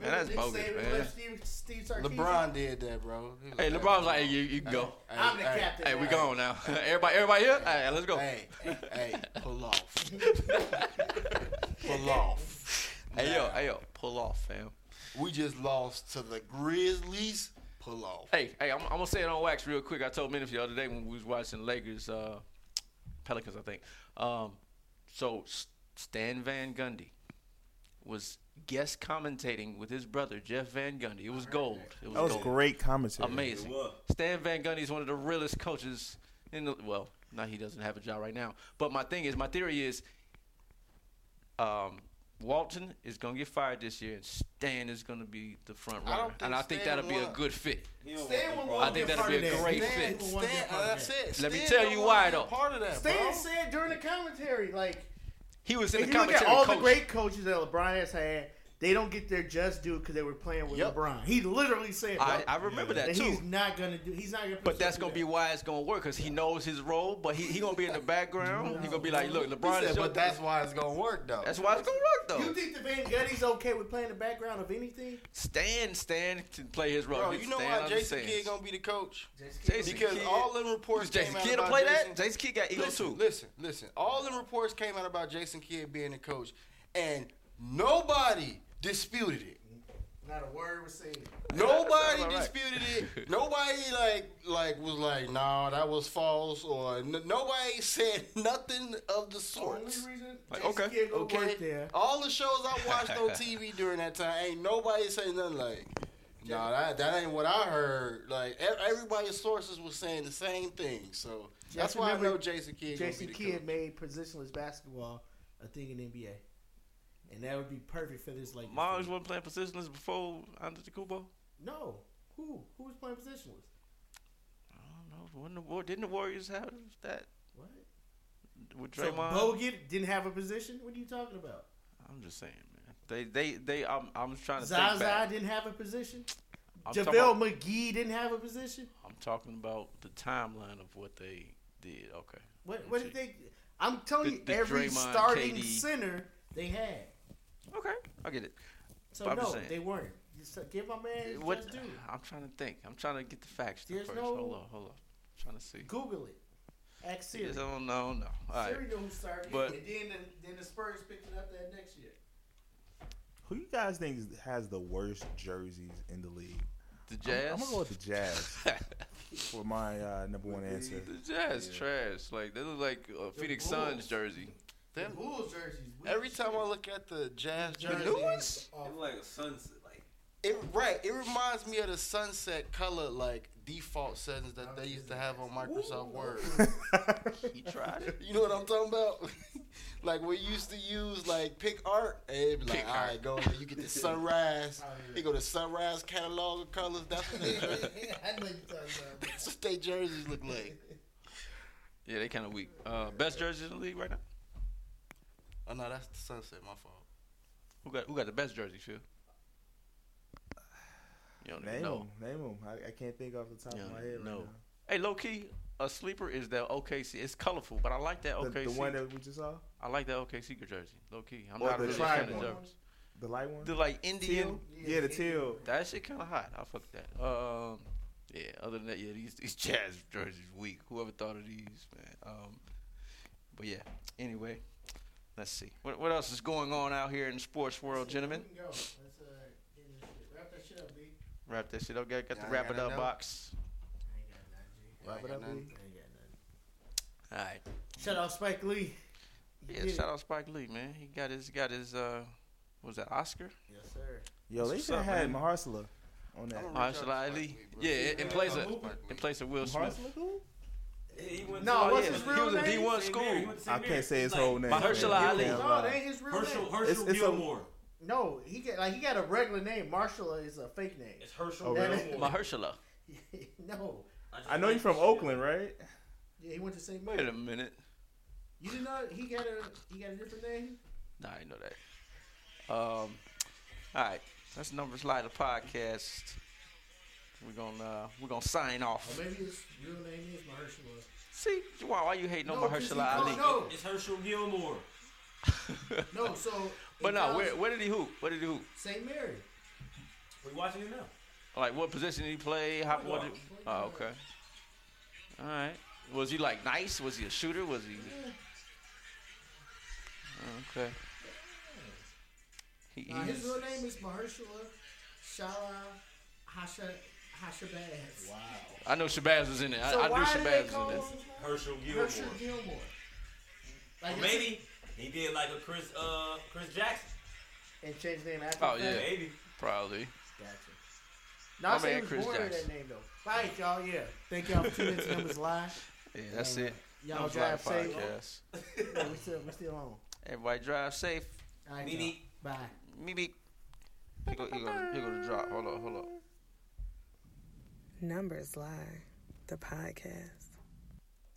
Speaker 3: Man, that's
Speaker 4: Nick
Speaker 3: bogus,
Speaker 4: Saban
Speaker 3: man.
Speaker 4: left Steve, Steve Sarkisian.
Speaker 5: LeBron did that, bro. He was
Speaker 3: Hey, LeBron was like, hey, you, you can go.
Speaker 5: hey,
Speaker 4: I'm the
Speaker 5: hey,
Speaker 4: captain.
Speaker 3: Hey, we
Speaker 4: now.
Speaker 3: gone now. [LAUGHS] Everybody, everybody here. Hey, let's go. [LAUGHS]
Speaker 5: Hey, hey, hey, pull off.
Speaker 4: [LAUGHS]
Speaker 5: pull off.
Speaker 3: Hey yo, hey yo, pull off, fam.
Speaker 5: We just lost to the Grizzlies. Pull off.
Speaker 3: Hey, hey, I'm, I'm gonna say it on wax real quick. I told Minif the other day when we was watching Lakers, uh, Pelicans, I think. Um, so S- Stan Van Gundy was guest commentating with his brother Jeff Van Gundy. It was gold. It was,
Speaker 7: That was
Speaker 3: gold.
Speaker 7: great commentary.
Speaker 3: Amazing.
Speaker 8: It was.
Speaker 3: Stan Van Gundy is one of the realest coaches in the well. Now he doesn't have a job right now. But my thing is, my theory is, um, Walton is gonna get fired this year, and Stan is gonna be the front
Speaker 5: I don't
Speaker 3: runner, and
Speaker 5: think
Speaker 3: I think
Speaker 5: Stan
Speaker 3: that'll be a
Speaker 5: will.
Speaker 3: good fit.
Speaker 8: He don't
Speaker 4: Stan
Speaker 8: want
Speaker 4: won't
Speaker 8: no
Speaker 4: want
Speaker 3: I think
Speaker 4: to
Speaker 3: that'll be
Speaker 4: part
Speaker 3: a
Speaker 4: of that.
Speaker 3: great
Speaker 4: Stan
Speaker 3: fit.
Speaker 4: won't
Speaker 5: Stan,
Speaker 4: want to be a part of
Speaker 5: that's
Speaker 4: that.
Speaker 5: it.
Speaker 3: Let me
Speaker 5: Stan
Speaker 3: tell
Speaker 5: don't
Speaker 3: you
Speaker 5: wanna
Speaker 3: why,
Speaker 5: be a
Speaker 3: though.
Speaker 5: Part of that,
Speaker 4: Stan
Speaker 5: bro.
Speaker 4: said during the commentary, like
Speaker 3: He was in
Speaker 4: if
Speaker 3: the
Speaker 4: you look at
Speaker 3: commentary.
Speaker 4: all
Speaker 3: coach.
Speaker 4: the great coaches that LeBron has had, they don't get their just due because they were playing with
Speaker 5: Yep.
Speaker 4: LeBron. He literally said
Speaker 3: I,
Speaker 4: that.
Speaker 3: I remember that
Speaker 4: that
Speaker 3: too.
Speaker 4: he's not gonna do. He's not gonna.
Speaker 3: But that's gonna be why it's gonna work because he knows his role. But he, he gonna be in the background. He gonna be like, look,
Speaker 5: He
Speaker 3: LeBron.
Speaker 5: said,
Speaker 3: is your-
Speaker 5: but that's why it's gonna work, though.
Speaker 3: that's why it's gonna
Speaker 4: You
Speaker 3: work though.
Speaker 4: think the Van Gundy's okay with playing the background of anything?
Speaker 3: Stan Stan can play his role.
Speaker 5: bro.
Speaker 3: He's
Speaker 5: You know
Speaker 3: Stan
Speaker 5: why Jason
Speaker 3: understands.
Speaker 5: Kidd gonna be the coach?
Speaker 3: Jason
Speaker 5: Because
Speaker 3: Kidd-
Speaker 5: all them reports
Speaker 3: Is Jason
Speaker 5: came out
Speaker 3: Kidd to
Speaker 5: about
Speaker 3: play
Speaker 5: Jason.
Speaker 3: that? Jason Kidd got ego
Speaker 5: Listen,
Speaker 3: too.
Speaker 5: listen, listen. All them reports came out about Jason Kidd being the coach, and nobody disputed it.
Speaker 4: Not a word was said.
Speaker 5: Nobody
Speaker 3: Sound about right.
Speaker 5: disputed it. Nobody like like was like, nah, that was false, or n- nobody said [LAUGHS] nothing of the
Speaker 4: Only
Speaker 5: sort.
Speaker 4: reason
Speaker 3: Like,
Speaker 4: Jason
Speaker 3: okay,
Speaker 4: Kidd go work
Speaker 5: Okay,
Speaker 4: there.
Speaker 5: all the shows I watched on TV during that time, ain't nobody saying nothing like, nah, that that ain't what I heard. Like e- everybody's sources was saying the same thing, so that's why I
Speaker 4: remember
Speaker 5: know Jason Kidd. gonna
Speaker 4: Jason
Speaker 5: be the
Speaker 4: Kidd
Speaker 5: coach.
Speaker 4: made positionless basketball a thing in the NBA, and that would be perfect for this like
Speaker 3: Miles wasn't playing positionless before Antetokounmpo.
Speaker 4: No, who who was playing positionless?
Speaker 3: I don't know. When the war didn't the Warriors have that
Speaker 4: What?
Speaker 3: with
Speaker 4: So
Speaker 3: Draymond?
Speaker 4: Bogut didn't have a position. What are you talking about?
Speaker 3: I'm just saying, man. They they they. I'm I'm just trying to think
Speaker 4: Zaza
Speaker 3: back.
Speaker 4: didn't have a position.
Speaker 3: I'm talking
Speaker 4: JaVale
Speaker 3: about-
Speaker 4: McGee didn't have a position.
Speaker 3: I'm talking about the timeline of what they did. Okay.
Speaker 4: What what did they? I'm telling
Speaker 3: The-
Speaker 4: you,
Speaker 3: the
Speaker 4: every
Speaker 3: Draymond,
Speaker 4: starting
Speaker 3: KD.
Speaker 4: center they had.
Speaker 3: Okay, I get it.
Speaker 4: So
Speaker 3: But I'm just
Speaker 4: no,
Speaker 3: saying.
Speaker 4: they weren't. Just, uh, give my man his
Speaker 3: What?
Speaker 4: just due.
Speaker 3: I'm trying to think. I'm trying to get the facts to
Speaker 4: There's
Speaker 3: first.
Speaker 4: no-
Speaker 3: Hold on, hold on. I'm trying to see.
Speaker 4: Google it. Ask Siri.
Speaker 3: Yes, I don't know. No. All right.
Speaker 4: Siri knew who started,
Speaker 3: But-
Speaker 4: and then the, then the Spurs picked it up that next year.
Speaker 7: Who you guys think is- has the worst jerseys in the league?
Speaker 3: The Jazz.
Speaker 7: I'm gonna go with the Jazz for my uh, number one answer.
Speaker 3: [LAUGHS] The Jazz trash. Like they look like a Phoenix Suns jersey.
Speaker 5: Them,
Speaker 6: Bulls jerseys. weak
Speaker 5: every
Speaker 6: as
Speaker 5: time
Speaker 6: shit.
Speaker 5: I look at the Jazz
Speaker 6: Jerseys
Speaker 5: jersey,
Speaker 6: is
Speaker 4: [LAUGHS]
Speaker 8: It
Speaker 6: awful.
Speaker 8: look like a sunset. Like
Speaker 5: it right. It reminds me of the sunset color like default settings that they used to have on Microsoft Word.
Speaker 3: He tried it.
Speaker 5: [LAUGHS] You know what I'm talking about? [LAUGHS] like we used to use like pick art and it'd be like,
Speaker 3: Pick
Speaker 5: all right, go you get the sunrise. You go to sunrise catalog of colors. That's what they
Speaker 6: I know you talking about.
Speaker 5: that's what they jerseys look like.
Speaker 3: [LAUGHS] Yeah, they kind of weak. Uh, best jerseys in the league right now.
Speaker 5: Oh no, that's the sunset. My fault.
Speaker 3: Who got who got the best jersey? Phil. You don't even
Speaker 7: Name
Speaker 3: know.
Speaker 7: them, name them. I, I can't think off the top
Speaker 9: Yeah,
Speaker 7: of my head.
Speaker 9: no.
Speaker 7: Right
Speaker 3: Hey, low key, a sleeper is that OKC. It's colorful, but I like that
Speaker 7: now. The,
Speaker 3: OKC.
Speaker 7: the one that we just saw,
Speaker 3: I like that OKC jersey. Low key, I'm
Speaker 7: Or
Speaker 3: not
Speaker 7: the
Speaker 3: really a
Speaker 7: tribe
Speaker 3: fan of
Speaker 7: one.
Speaker 3: jerseys.
Speaker 7: the light one.
Speaker 3: The like Indian.
Speaker 7: yeah, the teal.
Speaker 3: That shit kind of hot. I fuck that. Um, yeah. Other than that, yeah, these [LAUGHS] these Jazz jerseys weak. Whoever thought of these, man. Um, but yeah. Anyway, let's see what what else is going on out here in the sports world, gentlemen.
Speaker 6: We can go. Let's uh, get this shit. wrap that shit up, B.
Speaker 3: Wrap that shit up. Got, got
Speaker 5: Yeah,
Speaker 3: the
Speaker 5: I
Speaker 3: wrap
Speaker 5: got
Speaker 3: it up
Speaker 5: another-
Speaker 3: box.
Speaker 6: I ain't got nothing, G.
Speaker 7: it
Speaker 5: Wrap
Speaker 7: up, B.
Speaker 6: I ain't got nothing.
Speaker 3: All right.
Speaker 4: Shout out Spike Lee. He
Speaker 3: Yeah.
Speaker 4: did it.
Speaker 3: Shout out Spike Lee, man. He got his got his uh, what was that Oscar?
Speaker 6: Yes, sir.
Speaker 7: Yo, they
Speaker 3: what's
Speaker 7: should have
Speaker 3: up,
Speaker 7: had
Speaker 3: man.
Speaker 7: Mahershala on that.
Speaker 5: I'm gonna reach
Speaker 3: Marshall
Speaker 5: out to Spike
Speaker 3: Ali.
Speaker 5: Lee, bro.
Speaker 3: Yeah, it, it plays a
Speaker 5: Spike Lee.
Speaker 3: it plays a Will Smith.
Speaker 7: Mahershala, who?
Speaker 8: yeah, he went
Speaker 4: No,
Speaker 8: to,
Speaker 4: what's
Speaker 8: yeah,
Speaker 4: his
Speaker 8: he
Speaker 4: real
Speaker 8: was a
Speaker 4: name?
Speaker 8: D1
Speaker 3: Saint
Speaker 8: school.
Speaker 3: Mary, he
Speaker 8: went to
Speaker 7: I
Speaker 8: Saint Mary.
Speaker 7: can't say his
Speaker 8: Like,
Speaker 7: whole name.
Speaker 3: Mahershala
Speaker 7: man.
Speaker 3: Ali.
Speaker 7: Damn
Speaker 3: No,
Speaker 4: No,
Speaker 7: right.
Speaker 4: that ain't his real
Speaker 8: Herschel,
Speaker 4: name.
Speaker 8: Herschel
Speaker 7: It's- it's a-
Speaker 8: Gilmore.
Speaker 4: No, he got like he got a regular name. Marshall is a fake name.
Speaker 8: it's Herschel
Speaker 7: Oh, really?
Speaker 8: Gilmore.
Speaker 3: Mahershala.
Speaker 4: [LAUGHS] no,
Speaker 8: just
Speaker 7: I know you're
Speaker 8: like
Speaker 7: from
Speaker 8: this shit.
Speaker 7: Oakland, right?
Speaker 4: yeah, he went to St.
Speaker 3: Wait
Speaker 4: Mary's.
Speaker 3: a minute.
Speaker 4: You did not. He got a he got a different name.
Speaker 3: Nah, I didn't know that. Um, all right, that's number slider podcast. We're gonna uh, we're gonna sign
Speaker 6: Or
Speaker 3: off.
Speaker 6: maybe his real name is Mahershala.
Speaker 3: See, why why you hating on
Speaker 4: No, 'cause he
Speaker 3: Mahershala
Speaker 4: called-
Speaker 3: Ali? [LAUGHS]
Speaker 4: No,
Speaker 8: It's Herschel Gilmore.
Speaker 4: no. So,
Speaker 3: But
Speaker 4: now
Speaker 3: no, where where did he hoop? Where did he hoop?
Speaker 4: St. Mary.
Speaker 8: We watching it now.
Speaker 3: Like what position did he play? How what? Did, oh, okay. All right. Was he like nice? Was he a shooter? Was he? Okay. He,
Speaker 6: Nah, his
Speaker 3: he's-
Speaker 6: real name is Mahershala Shala Hasha Hashabaz. Wow.
Speaker 3: I know Shabazz was in it. I,
Speaker 6: So
Speaker 3: I knew
Speaker 6: why do they
Speaker 3: Shabazz
Speaker 6: call
Speaker 3: was in
Speaker 6: him
Speaker 3: it.
Speaker 8: Herschel Gilmore.
Speaker 6: Herschel Gilmore? Like
Speaker 8: Or maybe he did like a Chris, uh, Chris Jackson.
Speaker 4: And changed his name after.
Speaker 3: Oh
Speaker 4: the fact.
Speaker 3: yeah,
Speaker 8: Maybe.
Speaker 3: probably.
Speaker 4: No, I
Speaker 3: My
Speaker 4: say
Speaker 3: man
Speaker 4: he was
Speaker 3: Chris
Speaker 4: born with
Speaker 3: Jackson.
Speaker 4: that name though. Right, y'all. Yeah. Thank y'all for tuning into
Speaker 3: [LAUGHS]
Speaker 4: Numbers Live.
Speaker 3: Yeah, that's it.
Speaker 4: Y'all
Speaker 3: Numbers
Speaker 4: drive
Speaker 3: Live
Speaker 4: safe.
Speaker 3: podcast.
Speaker 4: Yeah, we still we still on. All
Speaker 3: Everybody drive safe.
Speaker 4: right, y'all.
Speaker 8: Meaning,
Speaker 4: Bye.
Speaker 3: Maybe. Here go, here go, here go the drop. Hold up, hold up.
Speaker 2: Numbers Lie, the podcast.